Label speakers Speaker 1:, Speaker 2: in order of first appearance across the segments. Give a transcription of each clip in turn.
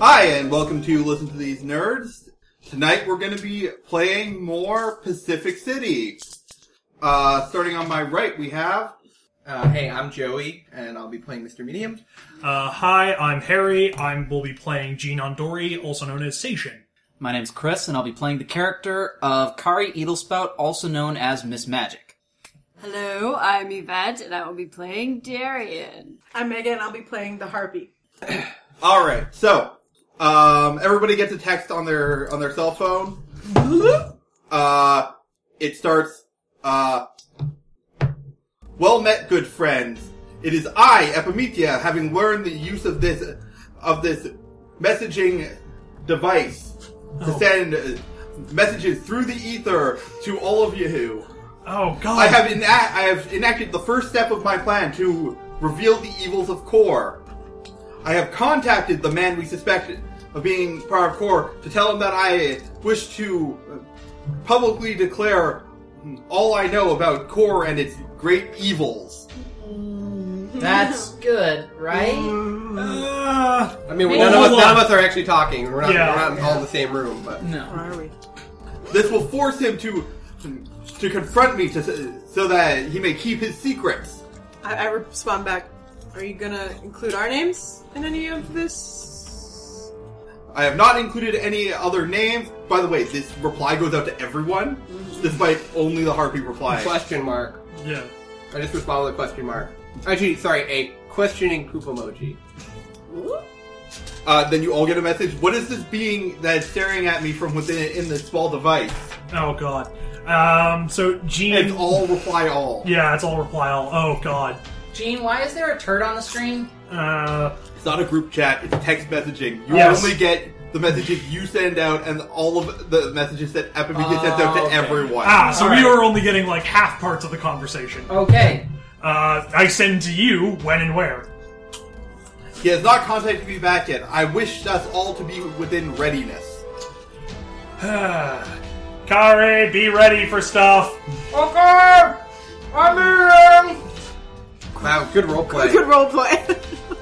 Speaker 1: Hi, and welcome to Listen to These Nerds. Tonight we're going to be playing more Pacific City. Uh, starting on my right, we have.
Speaker 2: Uh, hey, I'm Joey, and I'll be playing Mr. Medium.
Speaker 3: Uh, hi, I'm Harry. I will be playing Gene Ondori, also known as Seishin.
Speaker 4: My name's Chris, and I'll be playing the character of Kari Eaglespout, also known as Miss Magic.
Speaker 5: Hello, I'm Yvette, and I will be playing Darian.
Speaker 6: I'm Megan. I'll be playing the harpy.
Speaker 1: All right, so um, everybody gets a text on their on their cell phone. Uh, it starts. Uh, well met, good friends. It is I, Epimetheus, having learned the use of this of this messaging device to send uh, messages through the ether to all of you.
Speaker 3: Oh God!
Speaker 1: I have ena- I have enacted the first step of my plan to reveal the evils of Core. I have contacted the man we suspect of being part of Core to tell him that I wish to uh, publicly declare all I know about Core and its great evils.
Speaker 7: That's good, right?
Speaker 3: Uh,
Speaker 2: I mean, we
Speaker 3: Well,
Speaker 2: none, of us,
Speaker 3: hold
Speaker 2: none of
Speaker 3: on.
Speaker 2: us are actually talking. We're not,
Speaker 3: Yeah.
Speaker 2: we're not all in the same room, but
Speaker 4: No.
Speaker 6: Where Oh, are we?
Speaker 1: This will force him to to confront me to, so that he may keep his secrets.
Speaker 6: I, I respond back. Are you gonna include our names in any of this?
Speaker 1: I have not included any other names. By the way, this reply goes out to everyone, despite only the Harpy replying.
Speaker 2: question mark.
Speaker 3: yeah.
Speaker 2: I just respond with a question mark. Actually, sorry, a questioning poop emoji.
Speaker 1: Uh, then you all get a message. What is this being that's staring at me from within in this small device?
Speaker 3: Oh God. Um. So Gene.
Speaker 1: It's all reply all.
Speaker 3: yeah, it's all reply all. Oh God.
Speaker 7: Gene, why is there a turd on the screen?
Speaker 3: Uh.
Speaker 1: It's not a group chat. It's text messaging. You
Speaker 3: Yes.
Speaker 1: only get the messages you send out and all of the messages that Epimetheus sends out to
Speaker 7: Oh, okay.
Speaker 1: everyone.
Speaker 3: Ah. So
Speaker 7: All
Speaker 3: we
Speaker 7: right.
Speaker 3: were only getting like half parts of the conversation.
Speaker 1: Oh.
Speaker 7: Okay.
Speaker 3: Uh. I send to you when and where.
Speaker 1: He has not contacted me back yet. I wish us all to be within readiness.
Speaker 3: Kari, be ready for stuff.
Speaker 7: Okay! I'm eating!
Speaker 2: Wow, good roleplay.
Speaker 6: Good role play.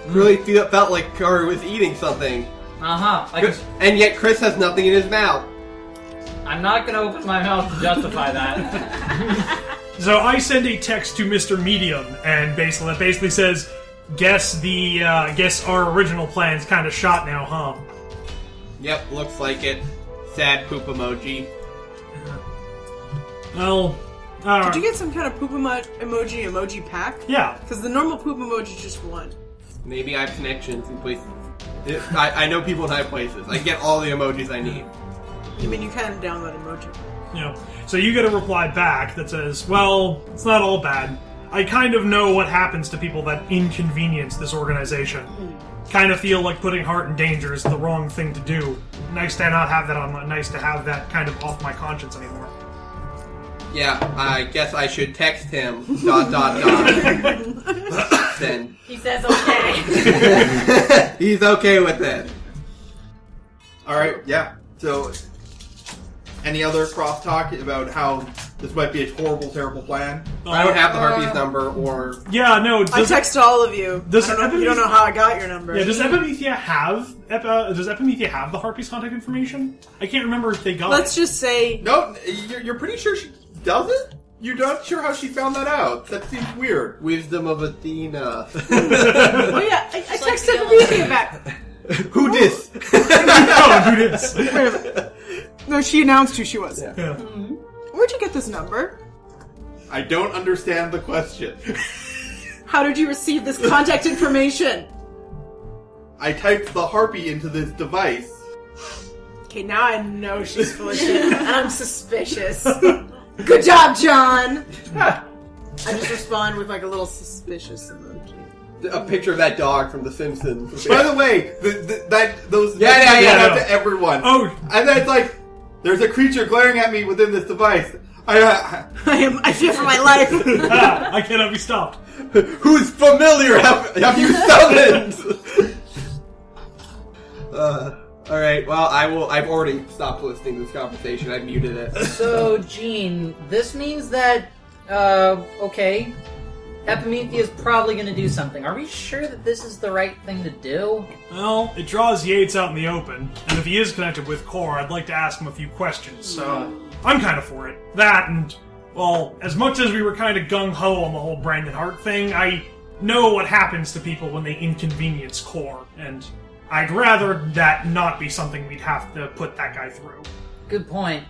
Speaker 2: Really feel, felt like Karu was eating something.
Speaker 7: Uh huh.
Speaker 2: Good. And yet Chris has nothing in his mouth.
Speaker 7: I'm not gonna open my mouth to justify that.
Speaker 3: So I send a text to Mr. Medium, and basically that basically says, "Guess the uh, guess our original plan's kind of shot now, huh?"
Speaker 2: Yep, looks like it. Sad poop emoji.
Speaker 3: Well, all right.
Speaker 6: Did you get some kind of poop emo- emoji emoji pack?
Speaker 3: yeah.
Speaker 6: Because the normal poop emoji is just one.
Speaker 2: Maybe I have connections in places. I, I know people in high places. I get all the emojis I need.
Speaker 6: I mean, you can download emoji.
Speaker 3: You know, so you get a reply back that says, "Well, it's not all bad. I kind of know what happens to people that inconvenience this organization. Kind of feel like putting heart in danger is the wrong thing to do. Nice to not have that on. My, nice to have that kind of off my conscience anymore."
Speaker 2: Yeah, I guess I should text him. Dot dot dot. then
Speaker 5: He says okay.
Speaker 2: he's okay with it.
Speaker 1: All right. Yeah. So, any other crosstalk about how this might be a horrible, terrible plan?
Speaker 2: I don't have the
Speaker 5: Uh.
Speaker 2: harpy's number or
Speaker 3: Yeah, no.
Speaker 6: I
Speaker 3: Does,
Speaker 6: text all of you.
Speaker 3: does
Speaker 6: I don't know, you
Speaker 3: Epimetheus-
Speaker 6: don't know how I got your number.
Speaker 3: yeah, does Epimethea have Ep, uh, Does Epimethea have the Harpy's contact information? I can't remember if they got.
Speaker 6: Let's
Speaker 3: it.
Speaker 6: just say
Speaker 1: No, you're, you're pretty sure she doesn't. You're not sure how she found that out. That seems weird.
Speaker 2: wisdom of Athena.
Speaker 6: Oh yeah, I, I
Speaker 7: like
Speaker 6: texted
Speaker 7: the
Speaker 6: Epimethea back.
Speaker 1: Who dis?
Speaker 3: oh, who dis?
Speaker 6: No, she announced who she was.
Speaker 3: Yeah.
Speaker 6: Mm-hmm. Where'd you get this number?
Speaker 1: I don't understand the question.
Speaker 6: How did you receive this contact information?
Speaker 1: I typed the harpy into this device.
Speaker 6: Okay, now I know she's full of shit, and I'm suspicious. Good job, John. I just respond with like a little suspicious emoji.
Speaker 2: a picture of that dog from The Simpsons.
Speaker 1: By the way, the, the, that those
Speaker 2: Yeah, yeah,
Speaker 1: messages
Speaker 3: yeah,
Speaker 1: went out
Speaker 3: yeah.
Speaker 1: to everyone.
Speaker 3: Oh.
Speaker 1: and then it's like there's a creature glaring at me within this device. I, uh,
Speaker 6: I am. I fear for my life.
Speaker 3: Ah, I cannot be stopped.
Speaker 2: Who's familiar have, have you summoned? uh, all right. Well, I will. I've already stopped listening to this conversation. I muted it.
Speaker 7: so, Gene, this means that, uh, okay. Epimetheus is probably going to do something. Are we sure that this is the right thing to do?
Speaker 3: Well, it draws Yates out in the open, and if he is connected with Core, I'd like to ask him a few questions, so I'm kind of for it. That and, well, as much as we were kind of gung ho on the whole Brandon Hart thing, I know what happens to people when they inconvenience Core, and I'd rather that not be something we'd have to put that guy through.
Speaker 7: Good point.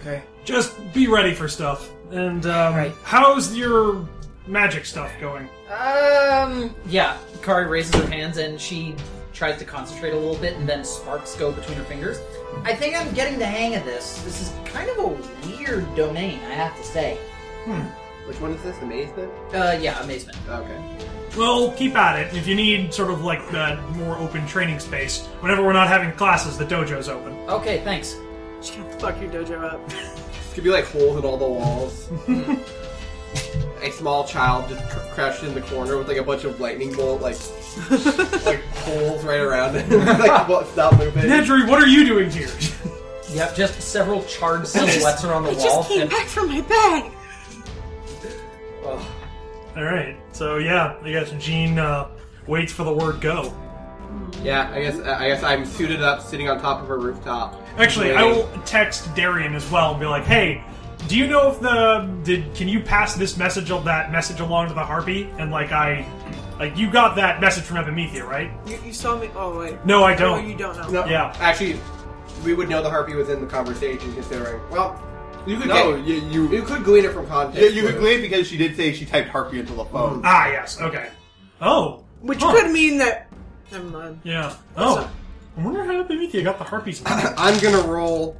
Speaker 7: Okay.
Speaker 3: Just be ready for stuff. And, um,
Speaker 7: Right.
Speaker 3: how's your magic stuff going?
Speaker 7: Um. Yeah. Kari raises her hands and she tries to concentrate a little bit, and then sparks go between her fingers. I think I'm getting the hang of this. This is kind of a weird domain, I have to say.
Speaker 2: Which one is this? Amazement?
Speaker 7: Uh. Yeah. Amazement.
Speaker 2: Okay.
Speaker 3: Well, keep at it. If you need sort of like the more open training space, whenever we're not having classes, the dojo's open.
Speaker 7: Okay. Thanks.
Speaker 6: Just gonna fuck your dojo up.
Speaker 2: This could be like holes in all the walls. a small child just cr- crashed in the corner with like a bunch of lightning bolt like like holes right around it. like won't stop moving.
Speaker 3: Nedry, what are you doing here?
Speaker 7: Yep. Just several charred silhouettes are on the
Speaker 6: I
Speaker 7: wall.
Speaker 6: just came
Speaker 7: and-
Speaker 6: back from my bag.
Speaker 7: Ugh.
Speaker 3: All right. So yeah, I guess Jean uh, waits for the word go.
Speaker 2: Yeah, I guess uh, I guess I'm suited up, sitting on top of a rooftop.
Speaker 3: Actually, I
Speaker 2: Waiting.
Speaker 3: will text Darian as well and be like, "Hey, do you know if the did can you pass this message of that message along to the harpy?" And like I, like you got that message from Epimethea, right?
Speaker 6: You, you saw me. Oh wait.
Speaker 3: No, I
Speaker 6: No,
Speaker 3: don't.
Speaker 6: you don't know.
Speaker 2: No,
Speaker 3: Yeah.
Speaker 2: Actually, we would know the harpy was in the conversation, considering. Well, you could
Speaker 1: No,
Speaker 2: get-
Speaker 1: you you,
Speaker 2: you could glean it from context.
Speaker 1: you, you could
Speaker 2: but-
Speaker 1: glean because she did say she typed harpy into the phone.
Speaker 3: Ah, yes. Okay. Oh.
Speaker 6: Which
Speaker 3: Huh.
Speaker 6: could mean that. Never mind.
Speaker 3: Yeah.
Speaker 6: So-
Speaker 3: Oh. I wonder how Epimethea got the harpies.
Speaker 2: I'm gonna roll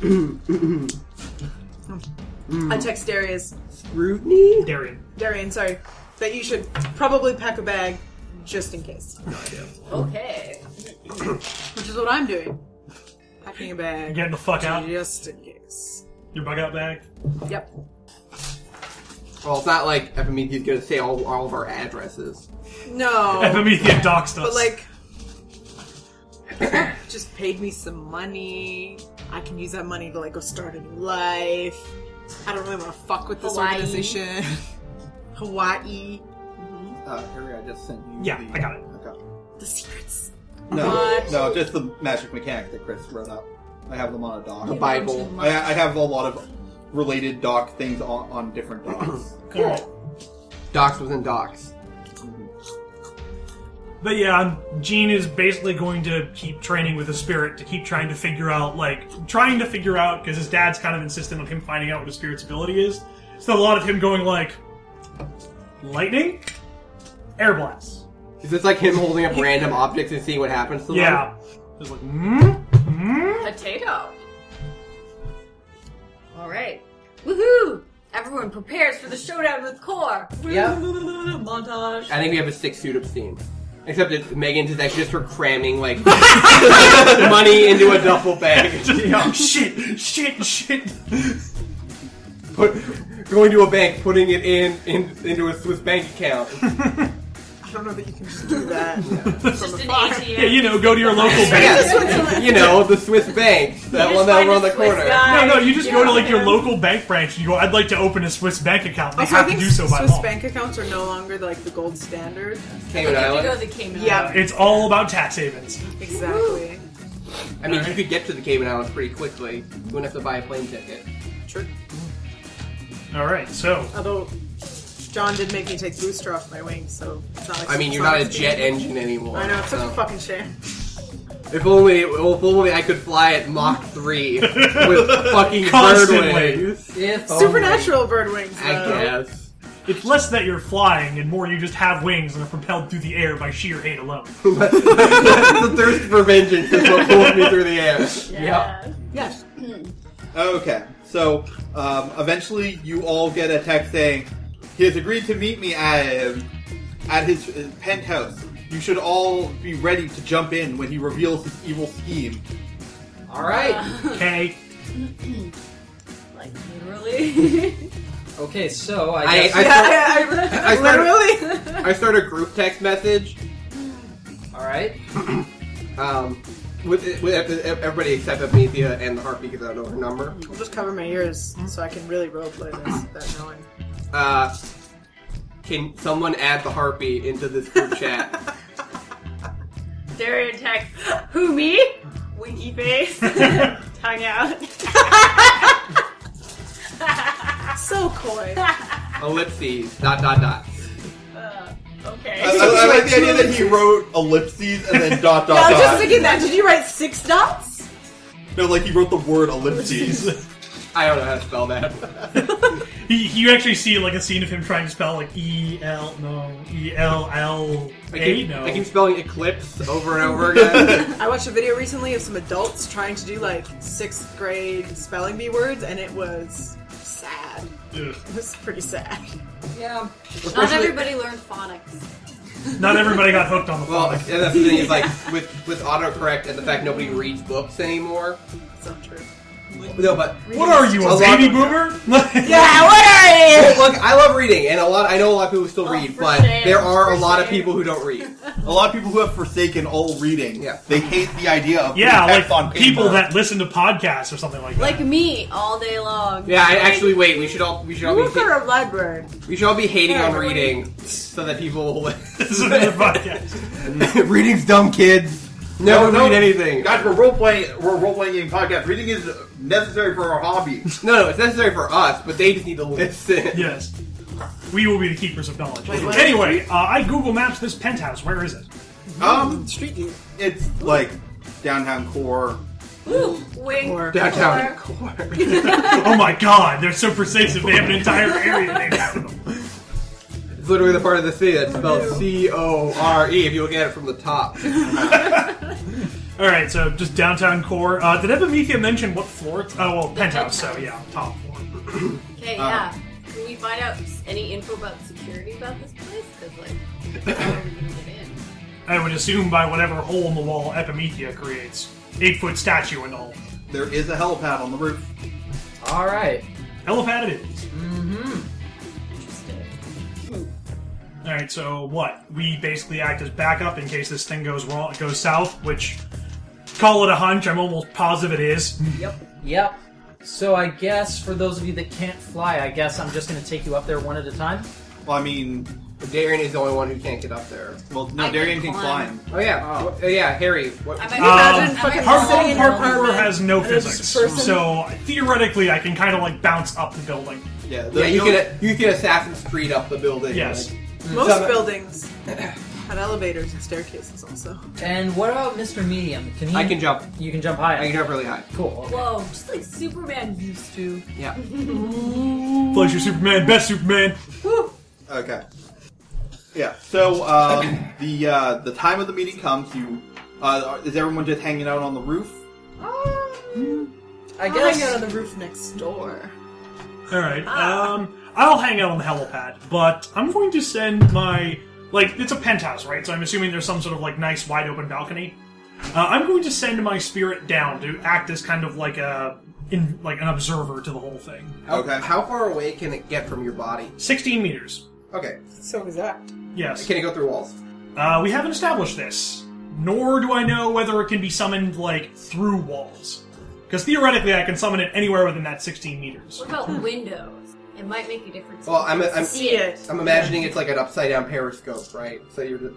Speaker 3: Hmm.
Speaker 6: I text Darius.
Speaker 2: scrutiny.
Speaker 3: Darian.
Speaker 6: Darian, sorry. That you should probably pack a bag just in case.
Speaker 5: Okay.
Speaker 6: Which is what I'm doing. Packing a bag
Speaker 3: Getting the fuck out.
Speaker 6: just in case.
Speaker 3: Your bug out bag.
Speaker 6: Yep.
Speaker 2: Well, it's not like Epimetheus gonna say all, all of our addresses.
Speaker 6: No.
Speaker 3: Epimethea doxed us.
Speaker 6: Oh. but like. Just paid me some money. I can use that money to like go start a new life. I don't really want to fuck with this
Speaker 5: Hawaii.
Speaker 6: organization. Hawaii.
Speaker 2: Uh, Harry, I just sent you.
Speaker 3: Yeah,
Speaker 2: the- uh,
Speaker 3: I got it.
Speaker 2: Okay.
Speaker 6: The secrets.
Speaker 1: No,
Speaker 5: What?
Speaker 1: no, just the magic mechanic that Chris wrote up. I have them on a doc.
Speaker 2: The Bible.
Speaker 1: I, I have a lot of related doc things on, on different docs.
Speaker 3: cool.
Speaker 2: Docs within docs.
Speaker 3: But yeah, Gene is basically going to keep training with the spirit to keep trying to figure out, like, trying to figure out because his dad's kind of insistent on him finding out what his spirit's ability is. So a lot of him going like, lightning, air blast.
Speaker 2: Is this like him holding up random objects and seeing what happens to
Speaker 3: Yeah. Just like, mm, mm.
Speaker 5: Potato. All right. Woohoo! Everyone prepares for the showdown with Core.
Speaker 7: Yeah.
Speaker 2: them? I think we have a six suit up scene. Except that Megan's is actually just for cramming like money into a duffel bag.
Speaker 3: Just, yeah, shit, shit, shit.
Speaker 2: Put, going to a bank, putting it in, in into a Swiss bank account.
Speaker 6: I don't know that you can just do that.
Speaker 5: It's just an ATM.
Speaker 3: Yeah, you know, go to your local bank.
Speaker 2: Yeah, you know the Swiss bank, that
Speaker 5: You
Speaker 2: one
Speaker 5: just
Speaker 2: that
Speaker 5: find
Speaker 2: around
Speaker 5: a
Speaker 2: the
Speaker 5: Swiss
Speaker 2: corner.
Speaker 5: guy.
Speaker 3: No, no, you just
Speaker 5: Yeah.
Speaker 3: go to like your local bank branch and you go, I'd like to open a Swiss bank account. They
Speaker 6: Also, I
Speaker 3: have to
Speaker 6: think
Speaker 3: do so by
Speaker 6: Swiss
Speaker 3: law.
Speaker 6: bank accounts are no longer like the gold standard.
Speaker 2: Cayman
Speaker 5: You
Speaker 2: Islands.
Speaker 5: go to the Cayman
Speaker 6: Yeah.
Speaker 5: Islands.
Speaker 3: It's all about tax havens.
Speaker 6: Exactly.
Speaker 2: I mean, you could get to the Cayman Islands pretty quickly. You wouldn't have to buy a plane ticket.
Speaker 6: True.
Speaker 3: All right, so
Speaker 6: Although John did make me take booster off my wing, so it's not like
Speaker 2: I mean,
Speaker 6: it's
Speaker 2: you're not a
Speaker 6: as
Speaker 2: jet
Speaker 6: big.
Speaker 2: engine anymore.
Speaker 6: I know it's such
Speaker 2: so.
Speaker 6: a fucking shame.
Speaker 2: If only, if only I could fly at Mach 3 with fucking bird
Speaker 3: Constantly.
Speaker 2: wings.
Speaker 7: If
Speaker 6: Supernatural bird wings.
Speaker 2: Oh. I
Speaker 6: though.
Speaker 5: Uh,
Speaker 2: guess.
Speaker 3: it's less that you're flying and more you just have wings and are propelled through the air by sheer hate alone.
Speaker 2: the thirst for vengeance is what pulled me through the air.
Speaker 7: Only. Yeah.
Speaker 6: Yes.
Speaker 1: okay, so um, eventually you all get a text saying he has agreed to meet me at at his, his penthouse. You should all be ready to jump in when he reveals his evil scheme.
Speaker 7: All right.
Speaker 3: Okay,
Speaker 5: Like literally.
Speaker 7: Okay, so I
Speaker 2: I,
Speaker 7: guess.
Speaker 2: I,
Speaker 6: Yeah,
Speaker 2: start,
Speaker 6: I,
Speaker 2: I started-
Speaker 6: literally.
Speaker 2: I start a group text message
Speaker 7: all right.
Speaker 2: um, with, with ev- ev- everybody except Amethea and the Harpy because I don't know her number.
Speaker 6: I'll just cover my ears so I can really roleplay this without knowing.
Speaker 2: Uh, Can someone add the harpy into this group chat?
Speaker 5: Darian text, who me? Winky face, tongue out.
Speaker 6: So coy.
Speaker 2: Oh, Ellipses. Dot dot dot.
Speaker 5: Uh,
Speaker 1: I,
Speaker 5: okay.
Speaker 1: I- I like the idea that he wrote ellipses and then dot
Speaker 6: I
Speaker 1: dot
Speaker 6: was just
Speaker 1: dot.
Speaker 6: thinking that. Did you write six dots?
Speaker 1: No, like he wrote the word ellipses.
Speaker 2: I don't know how to spell that.
Speaker 3: He, you actually see like a scene of him trying to spell like E L no E L L
Speaker 2: I
Speaker 3: A
Speaker 2: keep,
Speaker 3: no.
Speaker 2: I keep spelling eclipse over and over again.
Speaker 6: I watched a video recently of some adults trying to do like sixth grade spelling bee words, and it was sad.
Speaker 3: Ugh.
Speaker 6: It was pretty sad.
Speaker 7: Yeah.
Speaker 5: Not everybody learned phonics.
Speaker 3: Not everybody got hooked on the
Speaker 2: well,
Speaker 3: phonics.
Speaker 2: and that's the thing is like with with autocorrect and the fact nobody reads books anymore.
Speaker 6: It's not true.
Speaker 2: No, but
Speaker 3: What are you,
Speaker 2: A
Speaker 3: a
Speaker 2: lot
Speaker 3: baby
Speaker 2: of-
Speaker 3: boomer?
Speaker 6: Yeah, what are you?
Speaker 2: look, I love reading, and a lot. I know a lot of people still
Speaker 5: Oh,
Speaker 2: read,
Speaker 5: for
Speaker 2: but
Speaker 5: shame.
Speaker 2: there are a
Speaker 5: For
Speaker 2: lot of
Speaker 5: shame.
Speaker 2: people who don't read.
Speaker 1: a lot of people who have forsaken all reading,
Speaker 2: Yeah.
Speaker 1: they hate the idea of putting
Speaker 3: yeah,
Speaker 1: text
Speaker 3: like
Speaker 1: on paper.
Speaker 3: people that listen to podcasts or something like that.
Speaker 5: Like me all day long.
Speaker 2: Yeah, I actually wait. We should all we should all
Speaker 6: You
Speaker 2: be
Speaker 6: work
Speaker 2: ha-
Speaker 6: for a library.
Speaker 2: we should all be hating
Speaker 6: Yeah,
Speaker 2: on
Speaker 6: we're
Speaker 2: reading, so that people will
Speaker 3: this is another podcast.
Speaker 1: reading's dumb, kids.
Speaker 2: never read anything.
Speaker 1: Guys, we're role playing. We're role playing game podcast. Reading is necessary for our hobby.
Speaker 2: No, no, it's necessary for us, but they just need to listen.
Speaker 3: Yes. We will be the keepers of knowledge.
Speaker 6: Wait, what?
Speaker 3: anyway, uh, I Google Maps this penthouse. Where is it?
Speaker 1: um,
Speaker 6: Street view.
Speaker 1: it's like downtown core.
Speaker 5: Ooh, wink.
Speaker 6: Or-
Speaker 2: Downtown
Speaker 5: Or-
Speaker 2: core.
Speaker 3: Oh my god, they're so pervasive. They have an entire area named after them.
Speaker 2: It's literally the part of the city that's spelled C O R E. If you look at it from the top,
Speaker 3: All right, so just downtown core. Uh, did Epimethea mention what floor? It's, oh, well, penthouse. So yeah, top floor.
Speaker 5: Okay,
Speaker 3: Uh,
Speaker 5: yeah. Can we find out any info about security about this place? Because, like, how are we going to get in?
Speaker 3: I would assume by whatever hole in the wall Epimethea creates, eight foot statue and all.
Speaker 1: There is a helipad on the roof.
Speaker 7: All right.
Speaker 3: Helipad it is.
Speaker 5: Interesting.
Speaker 3: All right, so what? We basically act as backup in case this thing goes wrong, goes south. Which, call it a hunch. I'm almost positive it is.
Speaker 7: Yep. Yep. So I guess for those of you that can't fly, I guess I'm just going to take you up there one at a time.
Speaker 1: Well, I mean,
Speaker 2: Darian is the only one who can't get up there.
Speaker 1: well, no,
Speaker 5: I can
Speaker 1: Darian can
Speaker 5: climb.
Speaker 1: climb.
Speaker 2: Oh yeah, oh, yeah, Harry. What,
Speaker 5: I might
Speaker 3: Um,
Speaker 5: I might-
Speaker 3: Hard
Speaker 6: sitting
Speaker 3: Rock Park
Speaker 6: in an
Speaker 3: Harbor
Speaker 6: elevator
Speaker 3: has no
Speaker 6: and there's
Speaker 3: physics,
Speaker 6: this person-
Speaker 3: so theoretically I can kind of like bounce up the building.
Speaker 1: Yeah,
Speaker 2: yeah,
Speaker 1: the-
Speaker 2: you
Speaker 1: no-
Speaker 2: can you can Assassin's Creed up the building.
Speaker 3: Yes.
Speaker 2: like-
Speaker 6: Most
Speaker 2: Some-
Speaker 6: buildings have elevators and staircases. Also,
Speaker 7: And what about Mr. Medium? Can he?
Speaker 2: I can jump.
Speaker 7: You can jump high.
Speaker 2: I can jump really high.
Speaker 7: Cool. okay.
Speaker 5: Whoa, just like Superman used to.
Speaker 2: Yeah.
Speaker 3: Pleasure, Superman, best Superman.
Speaker 1: Okay. Yeah. So um, the uh, the time of the meeting comes. You uh, is everyone just hanging out on the roof?
Speaker 7: I
Speaker 6: I guess
Speaker 7: guess.
Speaker 6: hang out on the roof next door.
Speaker 3: All right,
Speaker 6: Ah.
Speaker 3: um, I'll hang out on the helipad, but I'm going to send my like it's a penthouse, right? So I'm assuming there's some sort of like nice wide open balcony. Uh, I'm going to send my spirit down to act as kind of like a in, like an observer to the whole thing.
Speaker 1: Okay.
Speaker 2: How far away can it get from your body?
Speaker 3: 16 meters.
Speaker 2: Okay.
Speaker 6: So is that.
Speaker 3: Yes.
Speaker 2: Can it go through walls?
Speaker 3: Uh, we haven't established this, nor do I know whether it can be summoned, like, through walls. Because theoretically, I can summon it anywhere within that 16 meters.
Speaker 5: What about windows? It might make a difference.
Speaker 2: Well, I'm I'm
Speaker 5: See it.
Speaker 2: I'm imagining it's like an upside down periscope, right? So you're just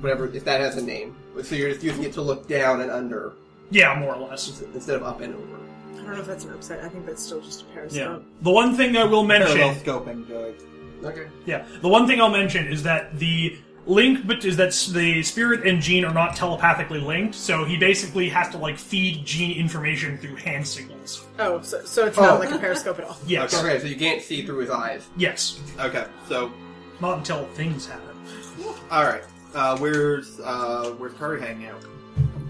Speaker 2: whatever if that has a name. So you're just using it to look down and under
Speaker 3: Yeah, more or less.
Speaker 2: instead of up and over.
Speaker 6: I don't know if that's an upside. I think that's still just a
Speaker 3: Yeah.
Speaker 6: periscope.
Speaker 3: The one thing I will
Speaker 1: Parallel
Speaker 3: mention,
Speaker 1: scoping, Joey.
Speaker 2: Okay.
Speaker 3: yeah, the one thing I'll mention is that the link, but is that s- the spirit and Gene are not telepathically linked, so he basically has to like feed Gene information through hand signals.
Speaker 6: Oh, so, so it's
Speaker 2: Oh.
Speaker 6: not like a periscope at all.
Speaker 3: Yes,
Speaker 2: Okay, so you can't see through his eyes.
Speaker 3: yes,
Speaker 1: Okay. So
Speaker 3: not until things happen.
Speaker 1: all right. Uh, where's uh, where's Kari hanging out?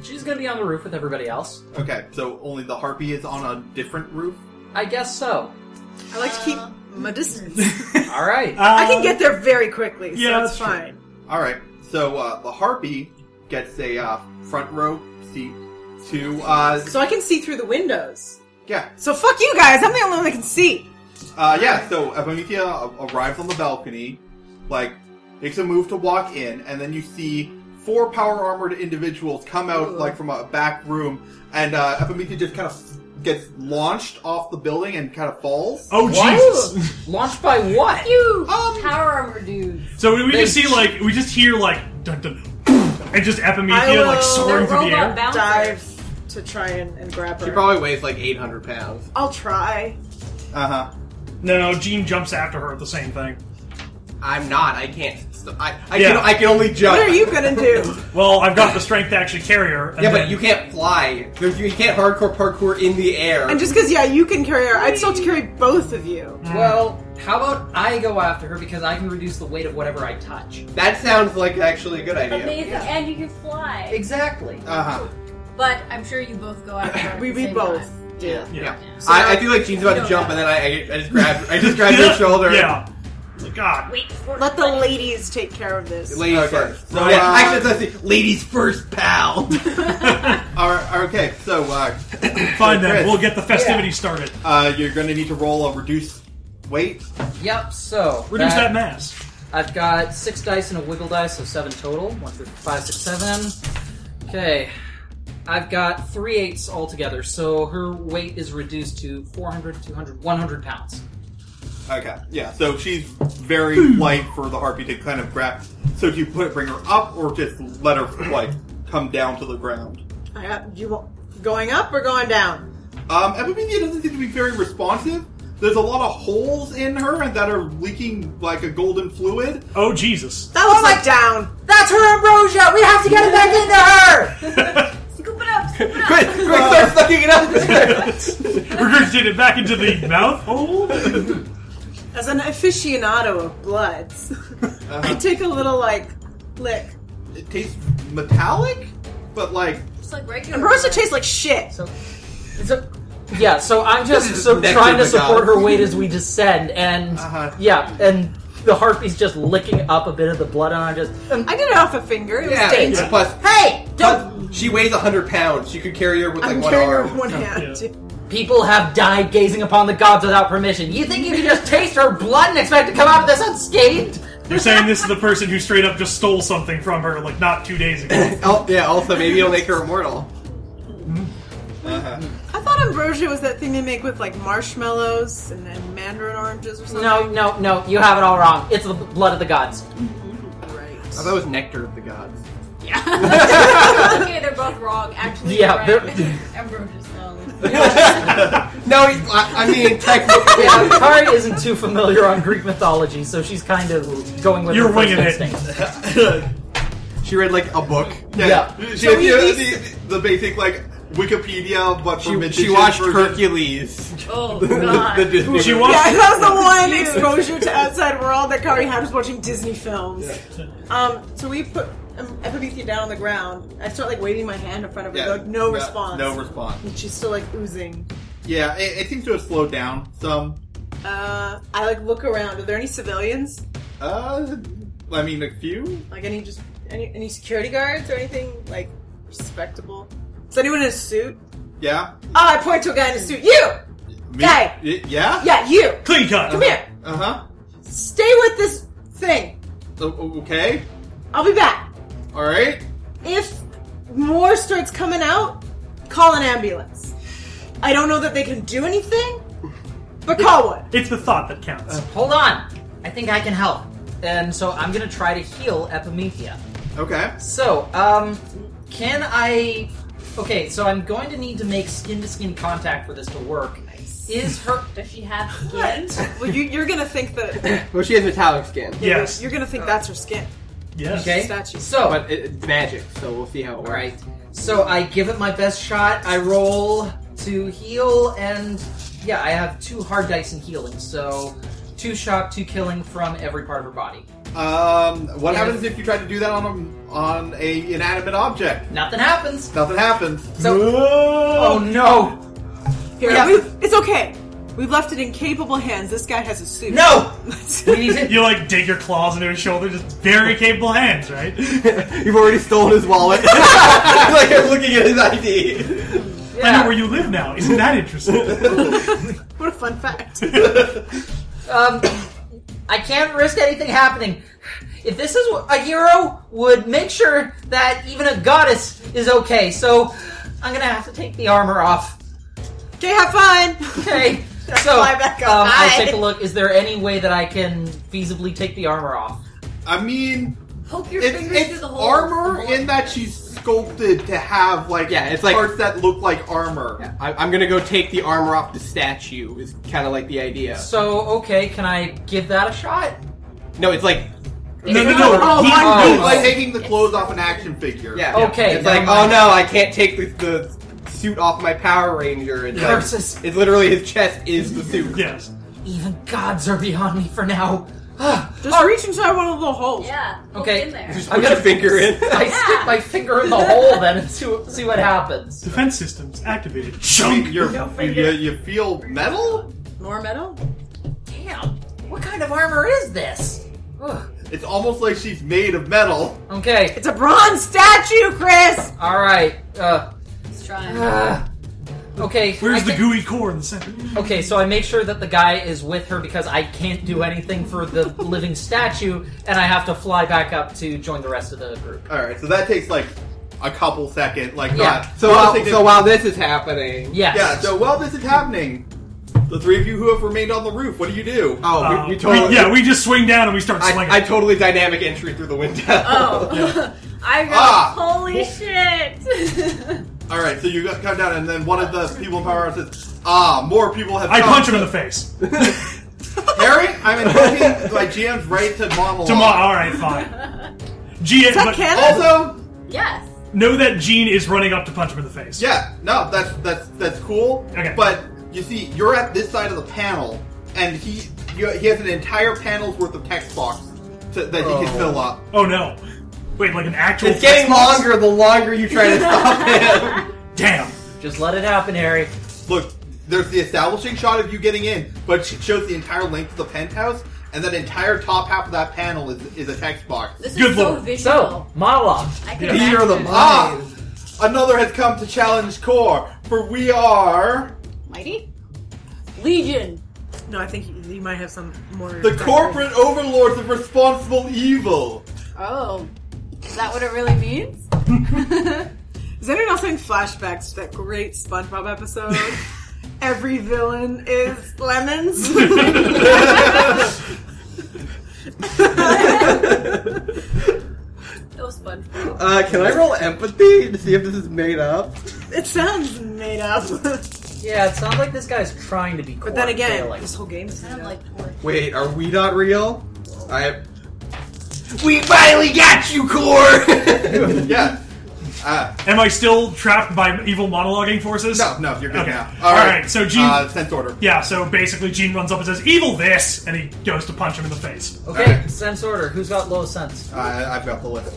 Speaker 7: She's going to be on the roof with everybody else.
Speaker 1: Okay. So only the harpy is on a different roof.
Speaker 7: I guess so.
Speaker 6: I like to keep
Speaker 5: Uh.
Speaker 6: my distance.
Speaker 7: All right.
Speaker 6: I
Speaker 3: Um,
Speaker 6: can get there very quickly, so
Speaker 3: yeah, that's
Speaker 6: it's
Speaker 3: true.
Speaker 6: fine.
Speaker 1: All right. So uh, the harpy gets a uh, front row seat to uh,
Speaker 6: So I can see through the windows.
Speaker 1: yeah
Speaker 6: So fuck you guys. I'm the only one that can see.
Speaker 1: Uh, yeah, so Epimetheus arrives on the balcony, like, makes a move to walk in, and then you see four power armored individuals come out, like, from a back room, and uh, Epimetheus just kind of gets launched off the building and kind of falls.
Speaker 3: Oh Jesus!
Speaker 7: Launched by what?
Speaker 5: You
Speaker 1: Um,
Speaker 5: power armor dudes.
Speaker 3: So we, we just
Speaker 7: They-
Speaker 3: see like we just hear like dun dun, and just
Speaker 6: I
Speaker 3: Epimethea
Speaker 6: will-
Speaker 3: like soaring
Speaker 5: The
Speaker 3: through the
Speaker 5: robot
Speaker 3: air.
Speaker 5: bouncer.
Speaker 6: dive to try and, and grab her.
Speaker 2: She probably weighs like 800 pounds.
Speaker 6: I'll try.
Speaker 1: Uh huh.
Speaker 3: No, Jean jumps after her at the same thing.
Speaker 2: I'm not. I can't. St- I, I,
Speaker 3: Yeah.
Speaker 2: can, I can only jump.
Speaker 6: What are you gonna do?
Speaker 3: Well, I've got the strength to actually carry her. And
Speaker 2: Yeah, but
Speaker 3: then-
Speaker 2: you can't fly. There's, you can't hardcore parkour in the air.
Speaker 6: and just because, yeah, you can carry her, I'd still have to carry both of you.
Speaker 7: Well, how about I go after her because I can reduce the weight of whatever I touch.
Speaker 2: that sounds like actually a good idea. Uh-huh.
Speaker 5: Amazing, and you can fly.
Speaker 7: Exactly.
Speaker 1: Uh huh.
Speaker 5: But I'm sure you both go out.
Speaker 6: We, we both do.
Speaker 3: Yeah.
Speaker 2: I, I feel like Jean's about to
Speaker 5: No.
Speaker 2: jump, and then I, I, I just grab I just grab her shoulder.
Speaker 3: Yeah. God.
Speaker 5: Wait for
Speaker 6: Let the ladies take care of this.
Speaker 2: Ladies
Speaker 1: Okay.
Speaker 2: first.
Speaker 1: So,
Speaker 2: yeah,
Speaker 1: uh,
Speaker 2: actually, that's the ladies first, pal.
Speaker 1: All right, okay, so uh,
Speaker 3: Fine then.
Speaker 1: Chris.
Speaker 3: We'll get the festivities started.
Speaker 1: uh, you're going to need to roll a reduce weight.
Speaker 7: Yep. So
Speaker 3: Reduce that, mass.
Speaker 7: I've got six dice and a wiggle dice, so seven total. One, three, four, five, six, seven. Okay. I've got three eights altogether, so her weight is reduced to 400, 200, 100 pounds.
Speaker 1: Okay, yeah. So she's very light for the harpy to kind of grab. So do you put bring her up, or just let her like come down to the ground?
Speaker 6: I got, you want- going up or going down?
Speaker 1: Um, Epimethea doesn't seem to be very responsive. There's a lot of holes in her and that are leaking like a golden fluid.
Speaker 3: Oh Jesus.
Speaker 6: That looks like down.
Speaker 7: That's her ambrosia. We have to get it back into her.
Speaker 5: Scoop it up. Scoop it up.
Speaker 2: Quick, quick,
Speaker 1: Uh,
Speaker 2: start sucking it up.
Speaker 3: Regurgitated back into the mouth hole.
Speaker 6: As an aficionado of bloods,
Speaker 2: Uh-huh.
Speaker 6: I take a little like lick.
Speaker 1: It tastes metallic, but like
Speaker 5: Just like regular.
Speaker 6: Ambrosia tastes like shit.
Speaker 7: So, so yeah, so I'm just
Speaker 2: This is
Speaker 7: so
Speaker 2: next
Speaker 7: trying to
Speaker 2: to the
Speaker 7: support
Speaker 2: gods.
Speaker 7: her weight as we descend, and
Speaker 1: Uh-huh.
Speaker 7: yeah, and the harpy's just licking up a bit of the blood, and I'm just um,
Speaker 6: I did it off a finger. It was
Speaker 2: yeah,
Speaker 6: dainty.
Speaker 2: and plus,
Speaker 7: hey, don't
Speaker 2: plus, she weighs 100 pounds. You could carry her with like
Speaker 6: I'm
Speaker 2: one
Speaker 6: carrying her
Speaker 2: arm.
Speaker 6: with one hand.
Speaker 3: Yeah.
Speaker 7: people have died gazing upon the gods without permission. You think you can just taste her blood and expect to come out of this unscathed?
Speaker 3: You're saying this is the person who straight up just stole something from her like not two days ago.
Speaker 2: Oh, yeah, also, maybe it'll make her immortal.
Speaker 6: I thought ambrosia was that thing they make with like marshmallows and, and mandarin oranges or something.
Speaker 7: No, no, no, you have it all wrong. It's the blood of the gods.
Speaker 2: I thought it was nectar of the gods.
Speaker 5: okay, they're both wrong. Actually,
Speaker 7: Yeah,
Speaker 5: you're right.
Speaker 7: they're-
Speaker 5: Ambrosia's wrong.
Speaker 2: No, he- I, I mean, technically.
Speaker 7: Yeah, Um, Kari isn't too familiar on Greek mythology, so she's kind of going with
Speaker 3: You're
Speaker 7: her first
Speaker 3: winging it.
Speaker 7: instinct.
Speaker 2: She read, like, a book.
Speaker 7: Yeah.
Speaker 1: She
Speaker 6: So we
Speaker 1: you know,
Speaker 6: at
Speaker 1: the, the basic like Wikipedia, but for
Speaker 2: She,
Speaker 1: mid-
Speaker 2: she watched
Speaker 1: version.
Speaker 2: Hercules.
Speaker 5: Oh
Speaker 2: the,
Speaker 5: god.
Speaker 2: the Disney
Speaker 3: She
Speaker 2: movie.
Speaker 3: watched-
Speaker 6: Yeah, that was the one exposure to outside world that Kari had was watching Disney films. Um, so we put um, Epimethea down on the ground. I start like waving my hand in front of her.
Speaker 1: Yeah,
Speaker 6: like, no, response.
Speaker 1: No response.
Speaker 6: And she's still like oozing.
Speaker 1: Yeah, it, it seems to have slowed down some.
Speaker 6: Uh, I like look around. Are there any civilians?
Speaker 1: Uh, I mean, a few.
Speaker 6: Like any just any any security guards or anything like respectable? Is anyone in a suit?
Speaker 1: Yeah.
Speaker 6: Oh, I point to a guy in a suit. You,
Speaker 1: Me-
Speaker 6: Guy.
Speaker 1: y- Yeah.
Speaker 6: yeah, you.
Speaker 3: Clean cut.
Speaker 6: Come here.
Speaker 1: Uh huh.
Speaker 6: Stay with this thing.
Speaker 1: Okay.
Speaker 6: I'll be back.
Speaker 1: All right.
Speaker 6: if more starts coming out, call an ambulance. I don't know that they can do anything, but call one.
Speaker 3: It's the thought that
Speaker 2: Uh,
Speaker 3: counts.
Speaker 7: Hold on. I think I can help. And so I'm gonna try to heal Epimethea.
Speaker 1: Okay.
Speaker 7: So, um, can I? Okay, so I'm going to need to make skin to skin contact for this to work. Is her?
Speaker 5: Does she have skin?
Speaker 6: Well, you, you're gonna think that
Speaker 2: Well, she has metallic skin.
Speaker 3: Yes.
Speaker 6: you're gonna think that's her skin.
Speaker 3: Yes.
Speaker 7: Okay.
Speaker 6: Statue.
Speaker 7: So,
Speaker 2: But it, it's magic, so we'll see how it works.
Speaker 7: all right. So I give it my best shot. I roll to heal, and yeah, I have two hard dice in healing. So, two shock, two killing from every part of her body.
Speaker 1: Um, what
Speaker 7: Yeah.
Speaker 1: happens if you try to do that on a on a inanimate object?
Speaker 7: Nothing happens.
Speaker 1: Nothing happens.
Speaker 7: So, oh no,
Speaker 6: Here,
Speaker 7: Yeah.
Speaker 6: we've- it's okay. We've left it in capable hands. This guy has a suit.
Speaker 7: no. We need to.
Speaker 3: You like dig your claws into his shoulder, just very capable hands, right?
Speaker 2: You've already stolen his wallet. like, I'm looking at his ID.
Speaker 3: I know where
Speaker 7: Yeah.
Speaker 3: you live now. Isn't that interesting?
Speaker 6: what a fun fact.
Speaker 7: Um, I can't risk anything happening. If this is what a hero would make sure that even a goddess is okay, so I'm gonna have to take the armor off.
Speaker 6: Okay, have fun.
Speaker 7: Okay. So
Speaker 6: Fly back up.
Speaker 7: um, I
Speaker 6: Bye.
Speaker 7: take a look. Is there any way that I can feasibly take the armor off?
Speaker 1: I mean,
Speaker 5: Poke your
Speaker 1: it's,
Speaker 5: fingers through
Speaker 1: it's
Speaker 5: the hole.
Speaker 1: armor in that she's sculpted to have like
Speaker 2: Yeah, it's like-
Speaker 1: parts that look like armor.
Speaker 2: I, I'm gonna go take the armor off the statue. Is kind of like the idea.
Speaker 7: So okay, can I give that a shot?
Speaker 2: No, it's like
Speaker 3: No, no, no.
Speaker 6: Oh,
Speaker 3: he-
Speaker 6: my
Speaker 7: Oh.
Speaker 1: It's like taking the clothes off an action figure.
Speaker 2: yeah.
Speaker 7: Okay,
Speaker 2: It's
Speaker 7: never
Speaker 2: like oh
Speaker 7: mind.
Speaker 2: no, I can't take the, the suit off my Power Ranger. It's, like,
Speaker 7: Curses!
Speaker 2: it's literally his chest is the suit.
Speaker 3: Yes.
Speaker 7: Even gods are beyond me for now.
Speaker 6: Just reach inside one of the holes.
Speaker 5: Yeah. poke
Speaker 7: Okay.
Speaker 5: In there.
Speaker 2: Just
Speaker 7: I'm
Speaker 2: put your
Speaker 7: gonna-
Speaker 2: finger in.
Speaker 7: I stick my finger in the hole then and see, what- see what happens.
Speaker 3: Defense systems activated.
Speaker 1: I
Speaker 3: Shunk.
Speaker 1: mean, you're- you, you feel metal?
Speaker 6: More metal.
Speaker 7: Damn, what kind of armor is this? Ugh.
Speaker 1: It's almost like she's made of metal.
Speaker 7: Okay,
Speaker 6: It's a bronze statue, Chris.
Speaker 7: all right. Uh,
Speaker 5: Let's try.
Speaker 7: uh, okay,
Speaker 3: Where's
Speaker 7: I
Speaker 3: the
Speaker 7: think-
Speaker 3: gooey core in the center?
Speaker 7: Okay, so I make sure that the guy is with her because I can't do anything for the living statue, and I have to fly back up to join the rest of the group.
Speaker 1: All right, so that takes like a couple second, like
Speaker 7: Yeah.
Speaker 1: not.
Speaker 2: So
Speaker 1: not
Speaker 2: while,
Speaker 1: significant-
Speaker 2: so while this is happening,
Speaker 7: Yes.
Speaker 1: yeah. So while this is happening, the three of you who have remained on the roof, what do you do?
Speaker 2: oh, we-
Speaker 3: Uh,
Speaker 2: we, totally
Speaker 3: yeah, we just swing down and we start slinging.
Speaker 2: I, I totally dynamic entry through the window.
Speaker 5: Oh. I got.
Speaker 1: Ah.
Speaker 5: Holy shit.
Speaker 1: All right, so you guys come down, and then one of the people in power says, "Ah, more people have."
Speaker 3: I
Speaker 1: come."
Speaker 3: punch him in the face.
Speaker 1: Harry, I'm invoking my GM's right to monologue.
Speaker 3: Tomorrow. All right, fine. Gene,
Speaker 6: Is that
Speaker 3: but
Speaker 6: canon?
Speaker 1: Also,
Speaker 5: yes.
Speaker 3: know that Gene is running up to punch him in the face.
Speaker 1: yeah, no, that's that's that's cool.
Speaker 3: Okay.
Speaker 1: But you see, you're at this side of the panel, and he you, he has an entire panel's worth of text box to, that he can fill up.
Speaker 3: Oh no. Wait, like an actual.
Speaker 2: It's getting
Speaker 3: fist-
Speaker 2: longer the longer you try to stop him.
Speaker 3: Damn.
Speaker 7: Just let it happen, Harry.
Speaker 1: Look, there's the establishing shot of you getting in, but it shows the entire length of the penthouse, and that entire top half of that panel is, is a text box.
Speaker 5: This
Speaker 3: Good
Speaker 5: is so
Speaker 3: lord.
Speaker 5: visual.
Speaker 7: So, monologue.
Speaker 5: I can
Speaker 3: Yeah.
Speaker 5: imagine.
Speaker 2: You're the
Speaker 1: Ah! Another has come to challenge Core, for we are
Speaker 5: Mighty. Legion.
Speaker 6: No, I think you, you might have some more.
Speaker 1: the corporate overlords of responsible evil.
Speaker 5: Oh. Is that what it really means?
Speaker 6: Is anyone else having flashbacks to that great SpongeBob episode? Every villain is lemons.
Speaker 5: That was fun. All
Speaker 2: Uh, can I roll empathy to see if this is made up?
Speaker 6: it sounds made up, but
Speaker 7: Yeah, it sounds like this guy's trying to be cool.
Speaker 6: then again,
Speaker 7: Failing.
Speaker 6: this whole game is made
Speaker 5: I'm
Speaker 6: up.
Speaker 5: like, poor.
Speaker 2: Wait, are we not real? I. We finally got you, Core.
Speaker 1: Yeah. Uh,
Speaker 3: Am I still trapped by evil monologuing forces?
Speaker 1: no, no, you're good
Speaker 3: Okay.
Speaker 1: now.
Speaker 3: All right, so Gene-
Speaker 1: Uh, sense order.
Speaker 3: Yeah, so basically Gene runs up and says, Evil this! And he goes to punch him in the face.
Speaker 7: Okay,
Speaker 1: Alright.
Speaker 7: sense order. Who's got low sense?
Speaker 1: Uh, I've got the list.